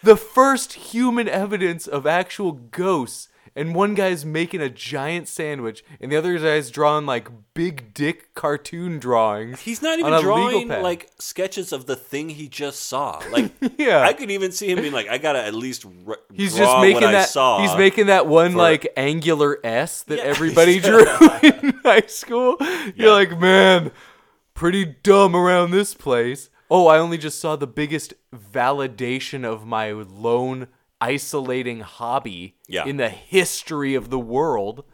S2: the first human evidence of actual ghosts and one guy's making a giant sandwich and the other guy's drawing like big dick cartoon drawings
S1: He's not
S2: on
S1: even
S2: a
S1: drawing
S2: legal pad.
S1: like sketches of the thing he just saw. Like,
S2: Yeah.
S1: I could even see him being like, "I gotta at least." r
S2: he's
S1: draw
S2: just
S1: what
S2: making
S1: I
S2: that
S1: Saw.
S2: he's making that one
S1: for-
S2: like angular s that
S1: Yeah.
S2: everybody drew in high school you're like man pretty dumb around this place oh i only just saw the biggest validation of my lone isolating hobby
S1: Yeah.
S2: in the history of the world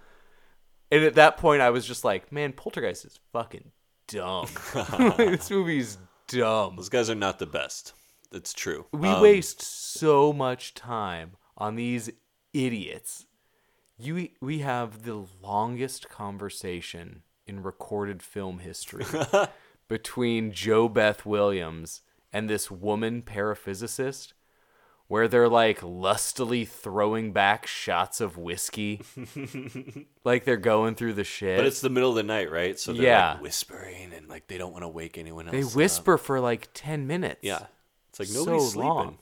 S2: and at that point i was just like man poltergeist is fucking dumb this movie's dumb
S1: Those guys are not the best. That's true.
S2: we
S1: Um,
S2: waste so much time on these idiots. You we have the longest conversation in recorded film history between Joe Beth Williams and this woman paraphysicist where they're like lustily throwing back shots of whiskey like they're going through the shit.
S1: But it's the middle of the night, right? So they're
S2: Yeah.
S1: like whispering and like they don't want to wake anyone else.
S2: they
S1: up.
S2: whisper for like 10 minutes.
S1: Yeah, it's like
S2: So
S1: nobody's sleeping.
S2: long.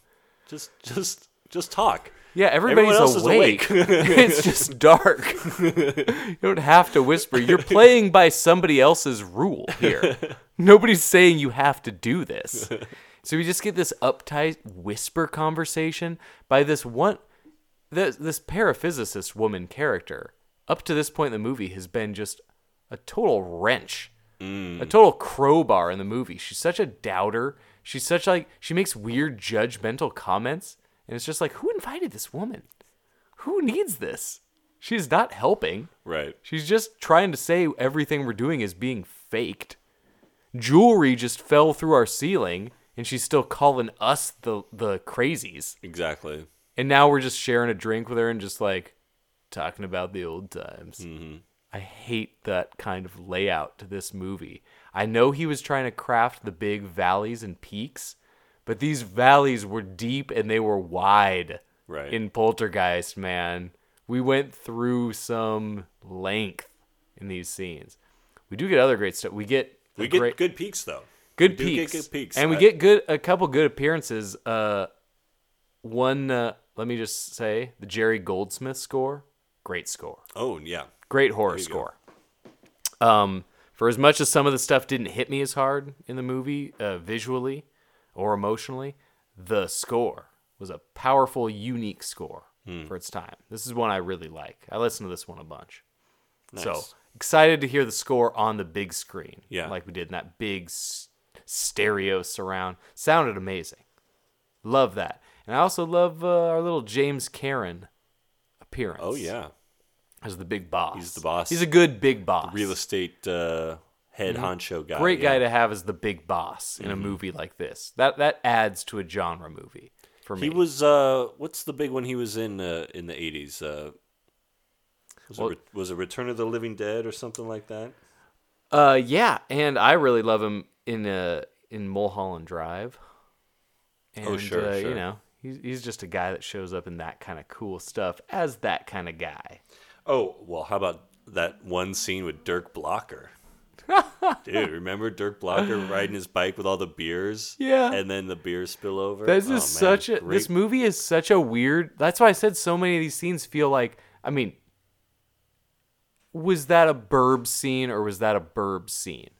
S1: Just, just, just talk.
S2: Yeah, everybody's
S1: Everyone else is
S2: awake. it's just dark. you don't have to whisper. You're playing by somebody else's rule here. Nobody's saying you have to do this. So we just get this uptight whisper conversation by this one this, this paraphysicist woman character. Up to this point in the movie has been just a total wrench. A total crowbar in the movie. She's such a doubter. She's such like she makes weird judgmental comments and it's just like who invited this woman? Who needs this? She's not helping.
S1: Right.
S2: She's just trying to say everything we're doing is being faked. Jewelry just fell through our ceiling, and she's still calling us the the crazies.
S1: Exactly. Mm-hmm.
S2: And now we're just sharing a drink with her and just like talking about the old times. I hate that kind of layout to this movie. I know he was trying to craft the big valleys and peaks, but these valleys were deep and they were wide.
S1: Right.
S2: In Poltergeist, man, we went through some length in these scenes. We do get other great stuff. We get a
S1: We get
S2: great-
S1: good peaks though.
S2: good
S1: We do get
S2: peaks.
S1: good peaks. uh,
S2: and we
S1: I-
S2: get good a couple good appearances. Uh, one, uh, let me just say, the Jerry Goldsmith score, great score,
S1: Oh yeah.
S2: great horror score. Um, for as much as some of the stuff didn't hit me as hard in the movie, uh, visually or emotionally, the score was a powerful, unique score
S1: Hmm.
S2: for its time. This is one I really like. I listen to this one a bunch. So
S1: Nice.
S2: excited to hear the score on the big screen.
S1: Yeah.
S2: Like we did in that big s- stereo surround. Sounded amazing. Love that. And I also love uh, our little James Karen appearance.
S1: Oh yeah.
S2: As the big boss.
S1: He's the boss.
S2: He's a good big boss.
S1: Real estate uh, head honcho guy.
S2: Mm-hmm. Great
S1: yeah. Mm-hmm.
S2: guy to have as the big boss in a movie like this. That that adds to a genre movie for me.
S1: He was uh, what's the big one he was in uh, in the eighties? Uh, was,
S2: Well-
S1: it Re- was it Return of the Living Dead or something like that?
S2: Uh, yeah, and I really love him in uh in Mulholland Drive. And,
S1: Oh, sure,
S2: uh,
S1: sure.
S2: You know, he's he's just a guy that shows up in that kind of cool stuff as that kind of guy.
S1: Oh well, how about that one scene with Dirk Blocker? Dude, remember Dirk Blocker riding his bike with all the beers?
S2: Yeah.
S1: and then the beer spill over.
S2: This
S1: Oh, man,
S2: is such a
S1: great-
S2: this movie is such a weird. That's why I said so many of these scenes feel like. I mean, was that a burb scene or was that a burb scene?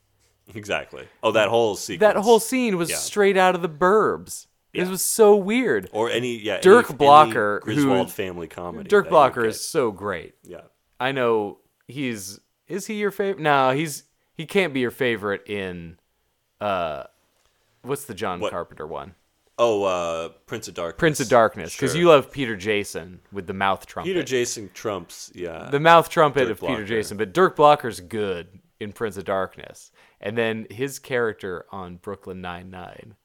S1: exactly. Oh, that whole sequence.
S2: That whole scene was
S1: Yeah.
S2: straight out of the burbs. This
S1: Yeah.
S2: was so weird.
S1: or any yeah any-
S2: Dirk
S1: any
S2: Blocker, who-
S1: Griswold family comedy.
S2: Dirk
S1: that you
S2: Blocker
S1: get.
S2: is so great.
S1: yeah.
S2: I know he's is he your favorite? No, he's he can't be your favorite in uh what's the John
S1: What?
S2: Carpenter one?
S1: Oh, uh, Prince of Darkness.
S2: Prince of Darkness cuz
S1: Sure.
S2: you love Peter Jason with the mouth trumpet.
S1: Peter Jason Trump's yeah.
S2: the mouth trumpet
S1: Dirk
S2: of
S1: Blocker.
S2: Peter Jason, but Dirk Blocker's good in Prince of Darkness. And then his character on Brooklyn Nine-Nine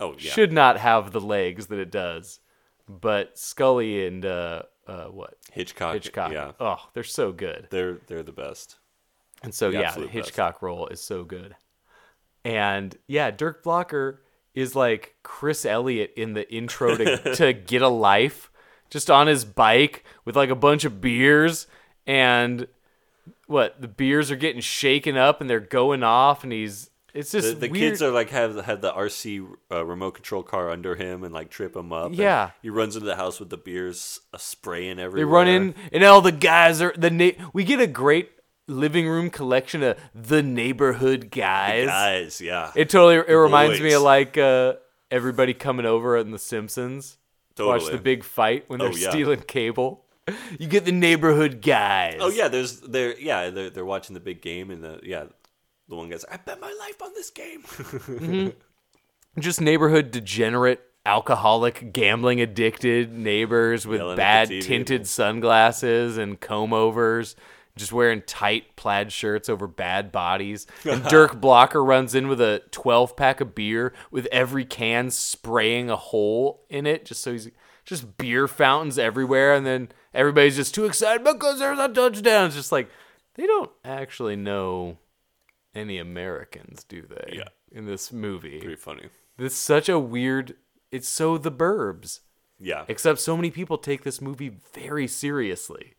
S1: oh yeah.
S2: should not have the legs that it does. But Scully and uh uh what?
S1: Hitchcock.
S2: Hitchcock.
S1: Yeah.
S2: Oh, they're so good.
S1: They're they're the best.
S2: And so
S1: The
S2: yeah, the
S1: absolute best.
S2: Hitchcock role is so good. And yeah, Dirk Blocker is like Chris Elliott in the intro to, to Get a Life, just on his bike with like a bunch of beers and what the beers are getting shaken up and they're going off and he's it's just
S1: The, the
S2: weird.
S1: kids are like have had the RC uh, remote control car under him and like trip him up. and
S2: Yeah.
S1: he runs into the house with the beers uh, spraying
S2: they
S1: everywhere.
S2: run in and all the guys are the na- we get a great living room collection of the neighborhood guys.
S1: Guys, yeah,
S2: It totally it reminds me
S1: boys.
S2: of like uh, everybody coming over in The Simpsons to watch
S1: Totally.
S2: the big fight when they're
S1: Oh, yeah.
S2: stealing cable. You get the neighborhood guys.
S1: Oh yeah, there's they're yeah they're they're watching the big game and the yeah the one guy's I bet my life on this game.
S2: just neighborhood degenerate, alcoholic, gambling addicted neighbors with
S1: Yelling at
S2: bad
S1: the TV.
S2: tinted sunglasses and comb overs. Just wearing tight plaid shirts over bad bodies. And Dirk Blocker runs in with a 12 pack of beer with every can spraying a hole in it, just so he's just beer fountains everywhere. And then everybody's just too excited because there's a touchdown. It's just like, they don't actually know any Americans, do they?
S1: Yeah.
S2: In this movie.
S1: Pretty funny.
S2: It's such a weird. It's so the burbs.
S1: Yeah.
S2: Except so many people take this movie very seriously.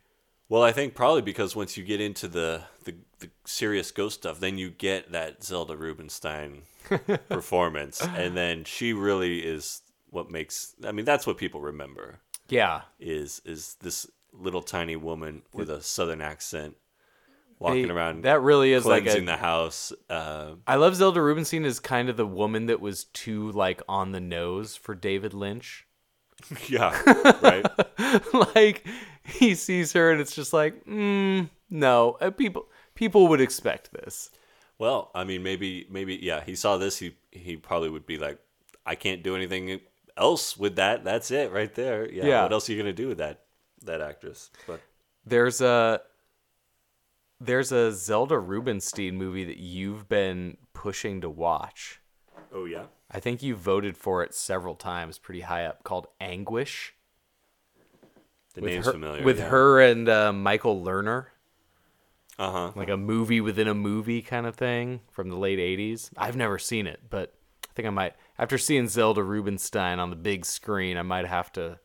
S1: Well, I think probably because once you get into the the, the serious ghost stuff, then you get that Zelda Rubinstein performance, and then she really is what makes. I mean, that's what people remember
S2: Yeah.
S1: is is this little tiny woman with a southern accent walking
S2: They-
S1: around
S2: That really is like
S1: cleansing
S2: a.
S1: the house. Uh,
S2: I love Zelda Rubinstein as kind of the woman that was too like on the nose for David Lynch.
S1: yeah, right.
S2: like he sees her and it's just like, mm, no, uh, people people would expect this.
S1: Well, I mean, maybe, maybe, yeah. He saw this. He he probably would be like, I can't do anything else with that. That's it, right there. Yeah.
S2: Yeah.
S1: What else are you gonna do with that that actress? But
S2: There's a there's a Zelda Rubinstein movie that you've been pushing to watch.
S1: oh yeah,
S2: I think you voted for it several times, pretty high up, called Anguish.
S1: the
S2: With
S1: name's
S2: her,
S1: familiar.
S2: With
S1: yeah.
S2: her and uh, Michael Lerner.
S1: Uh-huh.
S2: like a movie within a movie kind of thing from the late 80s. I've never seen it, but I think I might after seeing Zelda Rubinstein on the big screen, I might have to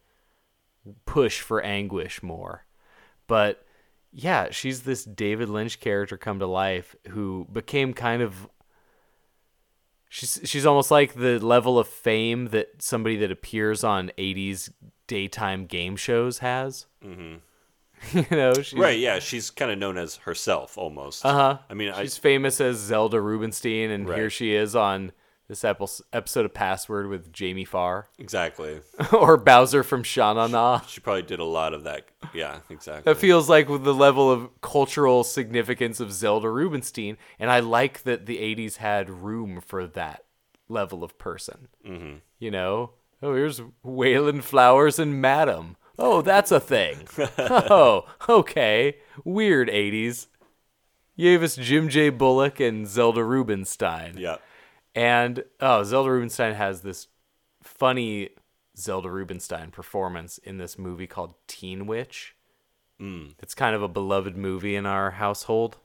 S2: push for anguish more. But yeah, she's this David Lynch character come to life who became kind of she's she's almost like the level of fame that somebody that appears on 80s daytime game shows has. Mm-hmm. you know, she's,
S1: Right, yeah, she's kind of known as herself almost. Uh
S2: Uh-huh.
S1: I mean, I,
S2: she's famous as Zelda Rubinstein, and here
S1: Right.
S2: she is on this epis- episode of Password with Jamie Farr
S1: exactly.
S2: or Bowser from Shanana.
S1: She probably did a lot of that. Yeah, exactly.
S2: That feels like with the level of cultural significance of Zelda Rubinstein, and I like that the '80s had room for that level of person. Mm-hmm. You know, oh, here's Wayland Flowers and Madam. Oh, that's a thing. oh, okay, weird '80s. You gave us Jim J. Bullock and Zelda Rubinstein.
S1: yeah.
S2: And oh, Zelda Rubinstein has this funny Zelda Rubinstein performance in this movie called Teen Witch.
S1: Hmm.
S2: Mm. It's kind of a beloved movie in our household.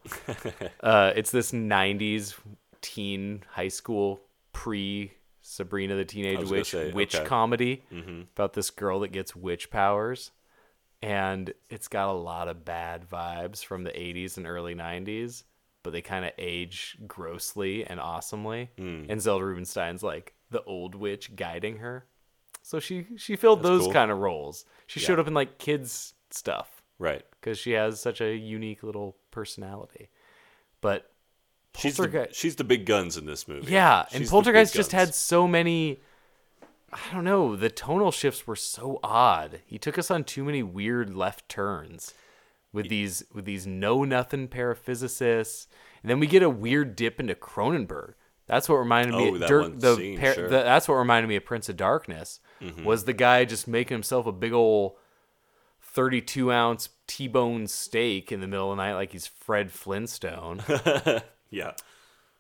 S2: uh, it's this '90s teen high school pre Sabrina the Teenage
S1: was gonna
S2: Witch
S1: say,
S2: witch
S1: okay. Mm-hmm.
S2: comedy about this girl that gets witch powers, and it's got a lot of bad vibes from the '80s and early '90s, but they kind of age grossly and awesomely.
S1: Hmm.
S2: And Zelda Rubinstein's like the old witch guiding her, so she she filled those
S1: cool.
S2: kind of roles. She showed up in like kids stuff
S1: Right.
S2: because she has such a unique little personality. But
S1: She's the,
S2: Poltergeist-
S1: she's the big guns in this movie.
S2: yeah,
S1: She's the
S2: and
S1: big
S2: Poltergeist just
S1: guns.
S2: had so many. I don't know. The tonal shifts were so odd. He took us on too many weird left turns with these with these know nothing paraphysicists, and then we get a weird dip into Cronenberg. That's what reminded me.
S1: Oh,
S2: of
S1: that
S2: Dirk-
S1: one
S2: the
S1: scene,
S2: par-
S1: sure. Mm-hmm.
S2: the- that's what reminded me of Prince of Darkness. Was the guy just making himself a big ol' 32 ounce T-bone steak in the middle of the night like he's Fred Flintstone?
S1: Yeah.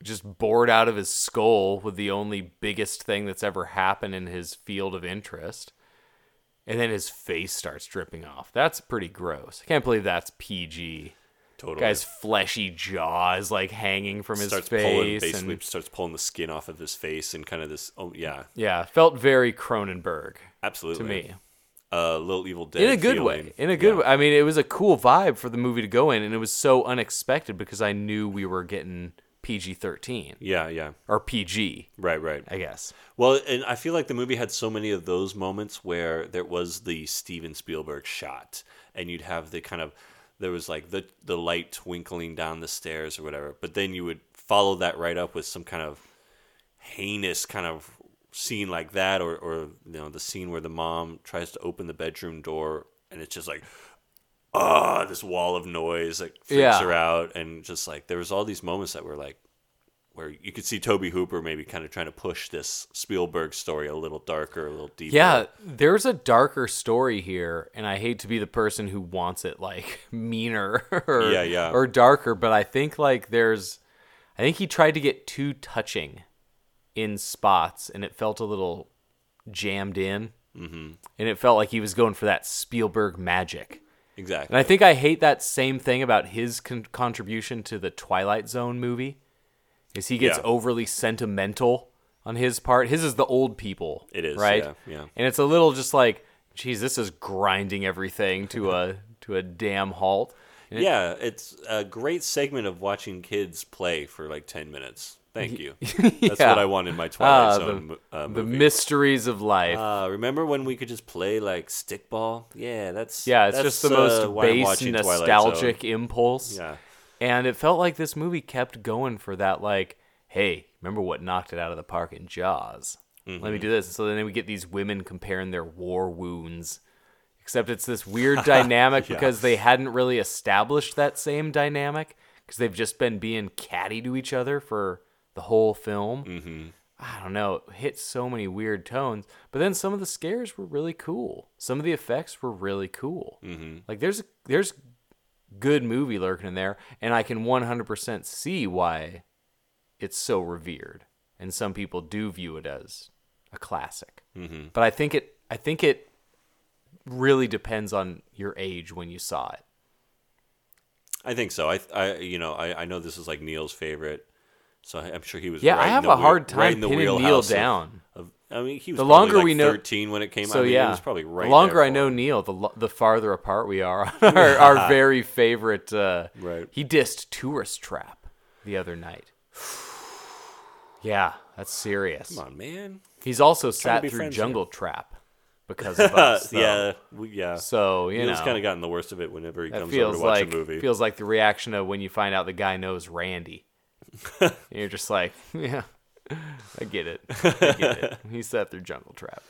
S2: just bored out of his skull with the only biggest thing that's ever happened in his field of interest. And then his face starts dripping off. That's pretty gross. I can't believe that's PG.
S1: Totally.
S2: Guy's fleshy jaw is like hanging from his
S1: starts pulling
S2: face.
S1: basically
S2: and,
S1: starts pulling the skin off of his face and kind of this oh yeah,
S2: yeah, felt very Cronenberg to
S1: absolutely.
S2: me.
S1: Uh Little Evil Dead
S2: In a good
S1: feeling.
S2: way. In a good
S1: Yeah.
S2: way. I mean, it was a cool vibe for the movie to go in, and it was so unexpected because I knew we were getting PG 13
S1: Yeah, yeah.
S2: or PG,
S1: Right, right.
S2: I guess.
S1: Well, and I feel like the movie had so many of those moments where there was the Steven Spielberg shot, and you'd have the kind of there was like the the light twinkling down the stairs or whatever, but then you would follow that right up with some kind of heinous kind of scene like that, or or you know the scene where the mom tries to open the bedroom door, and it's just like. Ah, this wall of noise like freaks
S2: Yeah.
S1: her out, and just like there was all these moments that were like, where you could see Toby Hooper maybe kind of trying to push this Spielberg story a little darker, a little deeper.
S2: Yeah, there's a darker story here, and I hate to be the person who wants it like meaner or,
S1: Yeah, yeah.
S2: or darker, but I think like there's I think he tried to get too touching in spots and it felt a little jammed in. Mm-hmm. And it felt like he was going for that Spielberg magic.
S1: exactly.
S2: And I think I hate that same thing about his con- contribution to the Twilight Zone movie. Is he gets
S1: Yeah.
S2: overly sentimental on his part? His is the old people.
S1: It is,
S2: right.
S1: yeah, yeah.
S2: And it's a little just like, geez, this is grinding everything to a to a damn halt. And it-
S1: yeah, it's a great segment of watching kids play for like ten minutes. Thank you. That's
S2: Yeah.
S1: what I want in my Twilight
S2: Ah,
S1: Zone
S2: the-
S1: mo- uh,
S2: the
S1: movie.
S2: mysteries of life.
S1: uh, remember when we could just play like stickball? Yeah, that's
S2: yeah, it's
S1: that's,
S2: just the
S1: uh,
S2: most
S1: why I'm
S2: base,
S1: watching Twilight Zone.
S2: nostalgic impulse.
S1: Yeah,
S2: And it felt like this movie kept going for that, like, hey, remember what knocked it out of the park in Jaws? Let
S1: Mm-hmm.
S2: me do this. So then we get these women comparing their war wounds, except it's this weird dynamic because they hadn't really established that same dynamic because they've just been being catty to each other for the whole film. Mm-hmm. I don't know. It hit so many weird tones, but then some of the scares were really cool. Some of the effects were really cool. Mm-hmm. Like there's there's good movie lurking in there, and I can 100% see why it's so revered, and some people do view it as a classic. Mm-hmm. But I think it, I think it really depends on your age when you saw it.
S1: I think so. I, I, you know, I, I know this is like Neil's favorite, so I- I'm sure he was.
S2: Yeah, I
S1: right in
S2: have
S1: the
S2: a
S1: wheel-
S2: hard time
S1: right in the
S2: pinning Neil
S1: wheelhouse of-
S2: down.
S1: Of, I mean, he was
S2: The
S1: probably
S2: longer
S1: like
S2: we know-
S1: 13 when it came out.
S2: So
S1: I mean, he
S2: yeah,
S1: was probably right.
S2: the longer
S1: there
S2: I
S1: for
S2: know
S1: him.
S2: Neil, the lo- the farther apart we are on our, our very favorite. Uh,
S1: Right.
S2: He dissed Tourist Trap the other night. Yeah, that's serious.
S1: Come on, man.
S2: He's
S1: Trying
S2: also
S1: to
S2: sat
S1: be
S2: through
S1: friends
S2: Jungle Trap because of us. though.
S1: yeah, we, yeah.
S2: So you
S1: Neil's
S2: know,
S1: kind of gotten the worst of it whenever he
S2: that
S1: comes over
S2: feels
S1: to watch
S2: like
S1: a movie.
S2: feels like the reaction of when you find out the guy knows Randy. and you're just like, yeah, I get it. I get it. He sat through Jungle Trap.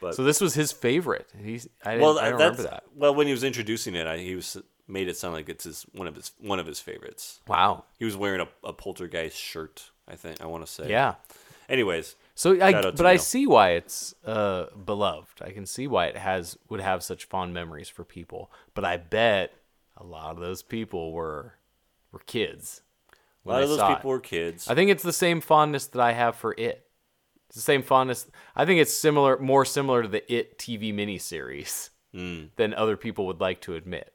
S1: But-
S2: so this was his favorite. He's I, didn't,
S1: well,
S2: I don't
S1: that's
S2: remember that.
S1: well when he was introducing it, I, he was made it sound like it's his one of his one of his favorites.
S2: Wow.
S1: He was wearing a, a poltergeist shirt. I think I want to say.
S2: Yeah.
S1: Anyways,
S2: So I
S1: Shout out to
S2: but I
S1: Neil.
S2: see why it's uh, beloved. I can see why it has would have such fond memories for people. But I bet a lot of those people were were kids.
S1: a lot of those people
S2: were.
S1: were kids.
S2: I think it's the same fondness that I have for it. It's the same fondness. I think it's similar, more similar to the It TV miniseries than other people would like to admit.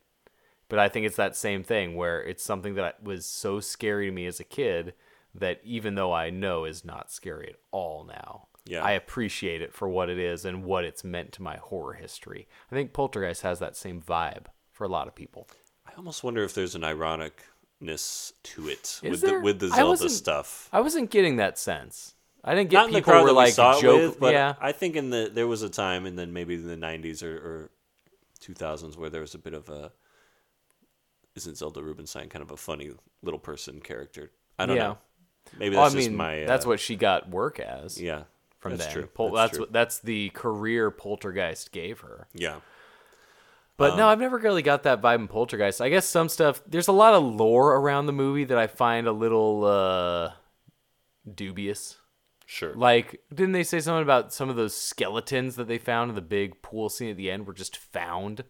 S2: But I think it's that same thing where it's something that was so scary to me as a kid that even though I know is not scary at all now,
S1: Yeah.
S2: I appreciate it for what it is and what it's meant to my horror history. I think Poltergeist has that same vibe for a lot of people.
S1: I almost wonder if there's an ironicness to it
S2: Is
S1: with
S2: there?
S1: the with the
S2: I
S1: Zelda
S2: wasn't-
S1: stuff.
S2: I wasn't getting that sense. I didn't get
S1: Not in the
S2: people
S1: crowd
S2: were
S1: that we
S2: like
S1: saw it
S2: joke,
S1: with, but
S2: yeah.
S1: I think in the there was a time, and then maybe in the '90s or, or 2000s, where there was a bit of a isn't Zelda Rubinstein kind of a funny little person character? I don't
S2: Yeah.
S1: know. Maybe
S2: Well,
S1: that's
S2: I mean,
S1: just my. Uh,
S2: that's what she got work as.
S1: Yeah,
S2: from
S1: that's
S2: then.
S1: true.
S2: Pol-
S1: that's
S2: that's
S1: true.
S2: what that's the career Poltergeist gave her.
S1: yeah.
S2: But
S1: Um,
S2: no, I've never really got that vibe in Poltergeist. I guess some stuff. There's a lot of lore around the movie that I find a little uh, dubious.
S1: Sure.
S2: Like, didn't they say something about some of those skeletons that they found in the big pool scene at the end were just found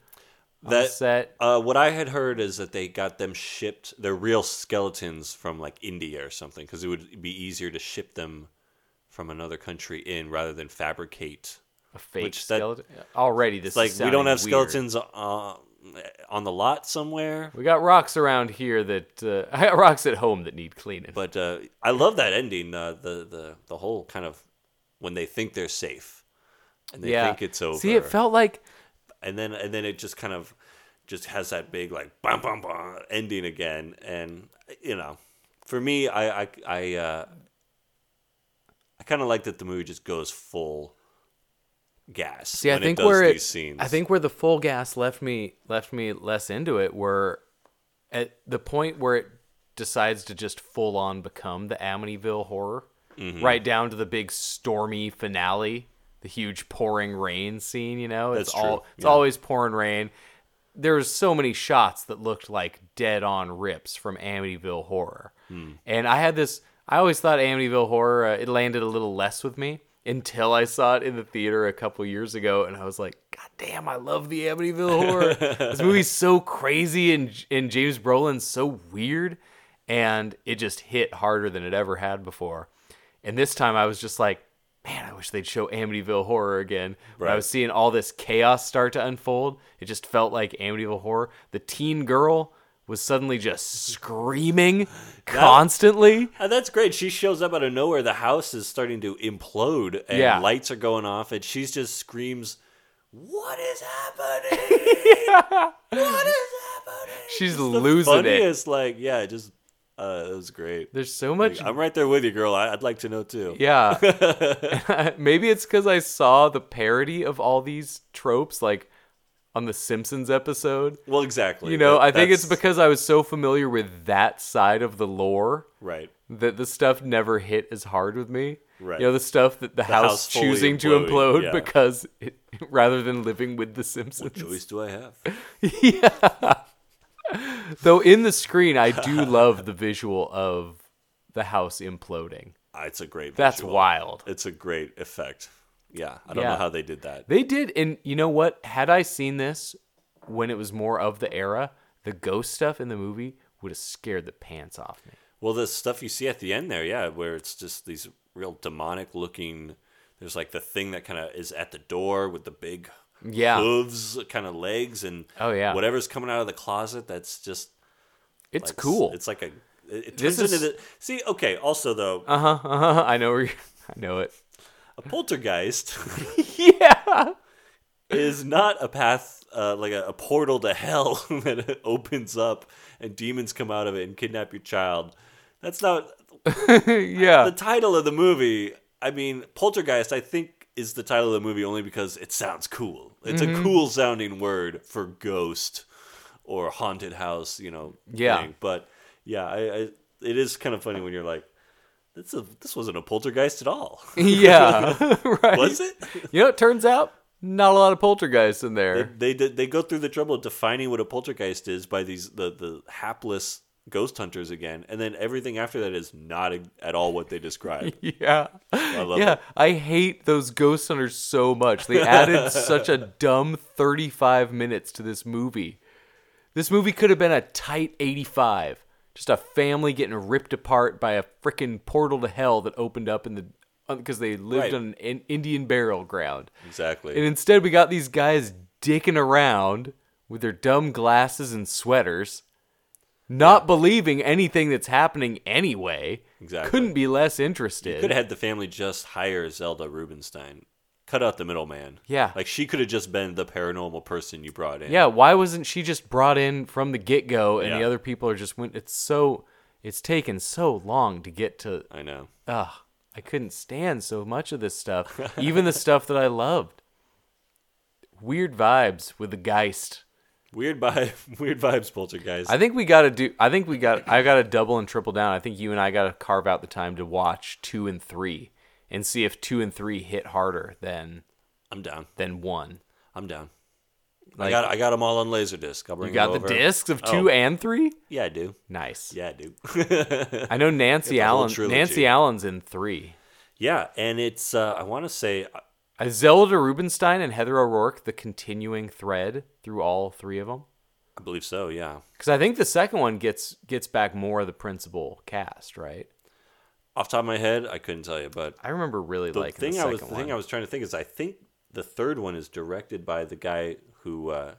S2: on the
S1: That-
S2: set?
S1: Uh, what I had heard is that they got them shipped. They're real skeletons from like India or something, because it would be easier to ship them from another country in rather than fabricate.
S2: A fake
S1: which that-
S2: skeleton. Already, this
S1: It's like
S2: is
S1: we don't
S2: sounding
S1: have
S2: weird.
S1: skeletons uh, on the lot somewhere.
S2: We got rocks around here that uh, I got rocks at home that need cleaning.
S1: But uh, I love that ending. Uh, the the the whole kind of when they think they're safe and they think it's over.
S2: See, it felt like
S1: and then and then it just kind of just has that big like bum bum bum ending again and you know for me i i i uh i kind of like that the movie just goes full gas
S2: See, I
S1: when
S2: think
S1: it does
S2: where
S1: these scenes
S2: I think where the full gas left me left me less into it were at the point where it decides to just full on become the Amityville horror,
S1: Mm-hmm.
S2: right down to the big stormy finale, the huge pouring rain scene. You know, it's
S1: That's true,
S2: all it's
S1: yeah.
S2: always pouring rain. There was so many shots that looked like dead on rips from Amityville horror, and I had this. I always thought Amityville horror uh, it landed a little less with me until I saw it in the theater a couple years ago, and I was like, God damn, I love the Amityville horror. this movie's so crazy, and and James Brolin's so weird, and it just hit harder than it ever had before. And this time, I was just like, man, I wish they'd show Amityville horror again. When I
S1: Right.
S2: was seeing all this chaos start to unfold, it just felt like Amityville horror. The teen girl was suddenly just screaming constantly.
S1: Uh, that's great. She shows up out of nowhere. The house is starting to implode, and
S2: Yeah.
S1: lights are going off, and she's just screams, "What is happening?"
S2: She's
S1: The
S2: losing it.
S1: funniest, like, yeah, just uh, it was great.
S2: There's so much
S1: I'm right there with you, girl. I, I'd like to know too.
S2: Yeah. Maybe it's because I saw the parody of all these tropes, like on the Simpsons episode.
S1: Well, exactly.
S2: You know,
S1: That-
S2: I think it's
S1: that's-
S2: because I was so familiar with that side of the lore
S1: right.
S2: that the stuff never hit as hard with me.
S1: Right.
S2: You know, the stuff that the,
S1: house
S2: house,
S1: fully
S2: choosing to
S1: imploding,
S2: implode
S1: yeah.
S2: because it, rather than living with the Simpsons.
S1: Choice do I have?
S2: Though in the screen, I do love the visual of the house imploding.
S1: Ah, It's a great.
S2: That's
S1: visual.
S2: wild.
S1: It's a great effect. Yeah, I don't know
S2: Yeah.
S1: how they did that.
S2: They did, and you know what? Had I seen this when it was more of the era, the ghost stuff in the movie would have scared the pants off me.
S1: Well, the stuff you see at the end there, yeah, where it's just these real demonic looking. There's like the thing that kind of is at the door with the big
S2: Yeah.
S1: hooves, kind of legs, and
S2: Oh, yeah.
S1: whatever's coming out of the closet. That's just
S2: It's
S1: Like,
S2: cool.
S1: It's like a. It, it
S2: This
S1: turns into
S2: is-
S1: the, see. Okay. Also, though,
S2: Uh huh. Uh huh. I know. Where you I know it.
S1: a poltergeist
S2: Yeah.
S1: is not a path uh, like a, a portal to hell that opens up and demons come out of it and kidnap your child. That's not
S2: yeah.
S1: the title of the movie. I mean, poltergeist. I think is the title of the movie only because it sounds cool. It's
S2: Mm-hmm.
S1: a cool sounding word for ghost or haunted house. You know.
S2: Yeah.
S1: But yeah, I, I, it is kind of funny when you're like. This, a, this wasn't a poltergeist at all,
S2: yeah. right.
S1: was it?
S2: You know, it turns out not a lot of poltergeists in there.
S1: they did- they go through the trouble of defining what a poltergeist is by these the the hapless ghost hunters again, and then everything after that is not a, at all what they describe.
S2: yeah.
S1: love
S2: yeah.
S1: it.
S2: I hate those ghost hunters so much. They added such a dumb 35 minutes to this movie. This movie could have been a tight 85. Just a family getting ripped apart by a freaking portal to hell that opened up in the because they
S1: Right.
S2: lived
S1: Mm-hmm.
S2: on an in- Indian burial ground. And
S1: exactly.
S2: instead, we got these guys dicking around with their dumb glasses and sweaters, not believing anything that's happening anyway.
S1: Exactly.
S2: Couldn't be less interested.
S1: Could have had the family just hire Zelda Rubinstein, cut out the middleman.
S2: Yeah.
S1: like she could have just been the paranormal person you brought in.
S2: yeah, why wasn't she just brought in from the get go and the
S1: Yeah.
S2: other people are just went? It's so, it's taken so long to get to.
S1: I know.
S2: Ugh, I couldn't stand so much of this stuff, even the stuff that I loved. Weird vibes with the Geist.
S1: Weird vibe, weird vibes, poltergeist.
S2: I think we gotta do. I think we got. I gotta double and triple down. I think you and I gotta carve out the time to watch two and three and see if two and three hit harder than
S1: I'm down.
S2: than one.
S1: I'm down. I
S2: Like
S1: got I got them all on Laserdisc. I'll bring
S2: you got
S1: them
S2: the
S1: over.
S2: discs of
S1: Oh.
S2: two and three.
S1: Yeah, I do.
S2: Nice.
S1: Yeah, I do.
S2: I know Nancy
S1: the whole
S2: Allen.
S1: trilogy.
S2: Nancy Allen's in three.
S1: yeah, and it's uh, I want to say
S2: Uh, Zelda Rubinstein and Heather O'Rourke, the continuing thread through all three of them.
S1: I believe so. Yeah.
S2: Because I think the second one gets gets back more of the principal cast, right?
S1: off the top of my head, I couldn't tell you, but
S2: I remember really
S1: the
S2: liking
S1: thing
S2: the
S1: I
S2: second
S1: was the
S2: one.
S1: thing I was trying to think is I think the third one is directed by the guy who uh,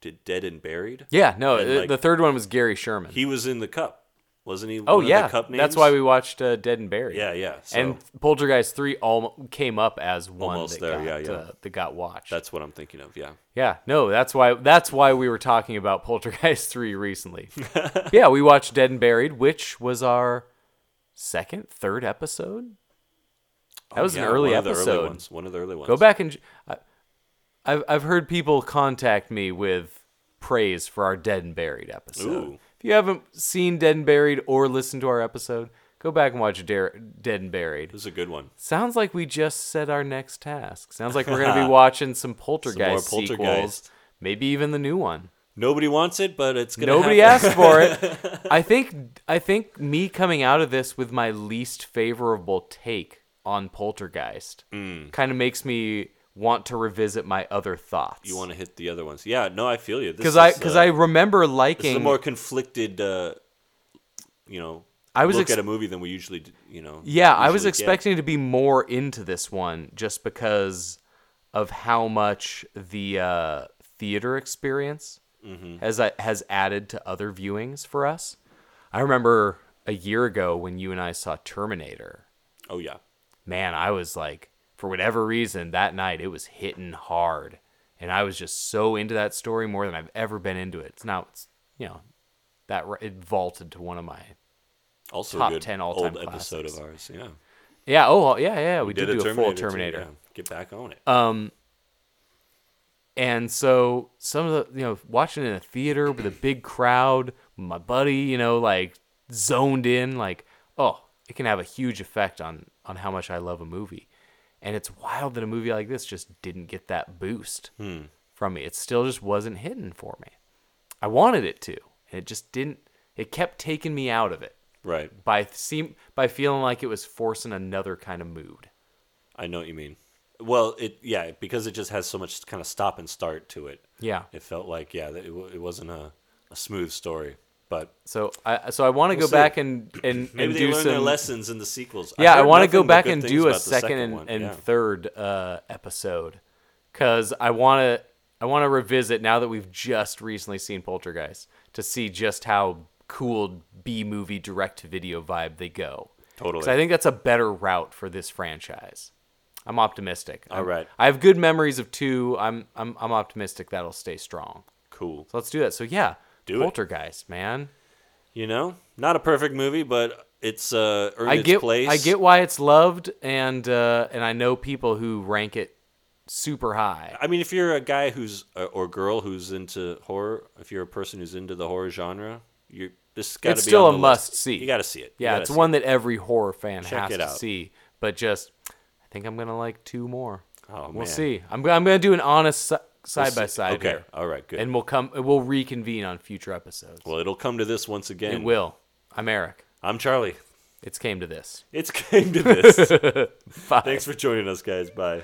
S1: did Dead and Buried.
S2: yeah, no,
S1: And,
S2: uh,
S1: like,
S2: the third one was Gary Sherman.
S1: He was in the Cup, wasn't he?
S2: Oh
S1: one of
S2: yeah,
S1: the Cup names?
S2: that's why we watched uh, Dead and Buried.
S1: Yeah, yeah. So
S2: And Poltergeist three all came up as one
S1: Almost
S2: that
S1: there,
S2: got
S1: yeah, yeah.
S2: Uh, that got watched.
S1: that's what I'm thinking of. Yeah,
S2: yeah, no, that's why that's why we were talking about Poltergeist three recently. yeah, we watched Dead and Buried, which was our second, third episode. That was
S1: Oh, Yeah,
S2: an early
S1: one
S2: episode.
S1: Of the early ones. One of the early ones.
S2: Go back and j- I, have I've heard people contact me with praise for our Dead and Buried episode.
S1: Ooh.
S2: If you haven't seen Dead and Buried or listened to our episode, go back and watch Dar- Dead and Buried.
S1: This is a good one.
S2: Sounds like we just set our next task. Sounds like we're going to be watching some Poltergeist sequels,
S1: Poltergeist.
S2: maybe even the new one.
S1: Nobody wants it, but it's gonna.
S2: Nobody
S1: happen.
S2: asked for it. I think I think me coming out of this with my least favorable take on Poltergeist
S1: Hmm.
S2: kind of makes me want to revisit my other thoughts.
S1: You want to hit the other ones? Yeah. No, I feel you. uh,
S2: because I because I remember
S1: this is a
S2: liking
S1: more conflicted. Uh, you know,
S2: I was
S1: look
S2: ex-
S1: at a movie than we usually. d- You know.
S2: yeah I was
S1: usually get.
S2: expecting to be more into this one just because of how much the uh, theater experience
S1: Mm-hmm.
S2: has uh, has added to other viewings for us. I remember a year ago when you and I saw Terminator.
S1: Oh yeah.
S2: man, I was like, for whatever reason, that night it was hitting hard. And I was just so into that story more than I've ever been into it. It's now, it's, you know, that r- it vaulted to one of my.
S1: also
S2: top
S1: a good
S2: 10
S1: old
S2: all-time
S1: episode of ours.
S2: classics.
S1: Yeah,
S2: Yeah. Oh, yeah. Yeah. We did,
S1: a
S2: do a full
S1: too,
S2: Terminator. Uh,
S1: yeah. Get back on it.
S2: And so some of the, you know, watching it in a theater with a big crowd, my buddy, you know, like zoned in, like, oh, it can have a huge effect on on how much I love a movie. And it's wild that a movie like this just didn't get that boost
S1: Hmm.
S2: from me. It still just wasn't hitting for me. I wanted it to, and it just didn't. It kept taking me out of it
S1: right.
S2: by seem by feeling like it was forcing another kind of mood.
S1: I know what you mean. Well, it yeah because it just has so much kind of stop and start to it.
S2: Yeah.
S1: It felt like yeah that it, wa- it wasn't a, a smooth story, but
S2: So I so I want to go
S1: see.
S2: back and and,
S1: maybe
S2: and
S1: they
S2: do
S1: learned
S2: some
S1: their lessons in the sequels.
S2: yeah, I
S1: heard
S2: want to
S1: nothing
S2: go
S1: but
S2: back
S1: good
S2: and
S1: things
S2: do a
S1: about the
S2: second, and,
S1: one,
S2: and
S1: yeah.
S2: third uh, episode because I want to I want to revisit now that we've just recently seen Poltergeist to see just how cool B movie direct to video vibe they go.
S1: Totally.
S2: 'Cause I think that's a better route for this franchise. I'm optimistic.
S1: All
S2: I'm-
S1: right.
S2: I have good memories of two. I'm I'm I'm optimistic that'll stay strong.
S1: cool.
S2: So let's do that. So yeah,
S1: Do it.
S2: Poltergeist, man.
S1: You know, not a perfect movie, but it's uh, earned
S2: I
S1: its
S2: get
S1: place.
S2: I get why it's loved, and uh, and I know people who rank it super high.
S1: I mean, if you're a guy who's uh, or girl who's into horror, if you're a person who's into the horror genre, you this got to be
S2: It's still
S1: on
S2: a
S1: the
S2: must
S1: list.
S2: see.
S1: You got to see it. You
S2: Yeah,
S1: gotta
S2: it's
S1: see
S2: one that every horror fan
S1: Check
S2: has
S1: it
S2: to
S1: out.
S2: see. But just, I think I'm gonna like two more.
S1: Oh,
S2: we'll
S1: man.
S2: see. I'm go- I'm gonna do an honest si- side by
S1: see.
S2: side.
S1: Okay.
S2: here.
S1: All right, good.
S2: And we'll come. We'll reconvene on future episodes.
S1: Well, it'll come to this once again.
S2: it will. I'm Eric.
S1: I'm Charlie.
S2: It's came to this.
S1: It's came to this.
S2: Bye.
S1: Thanks for joining us, guys. Bye.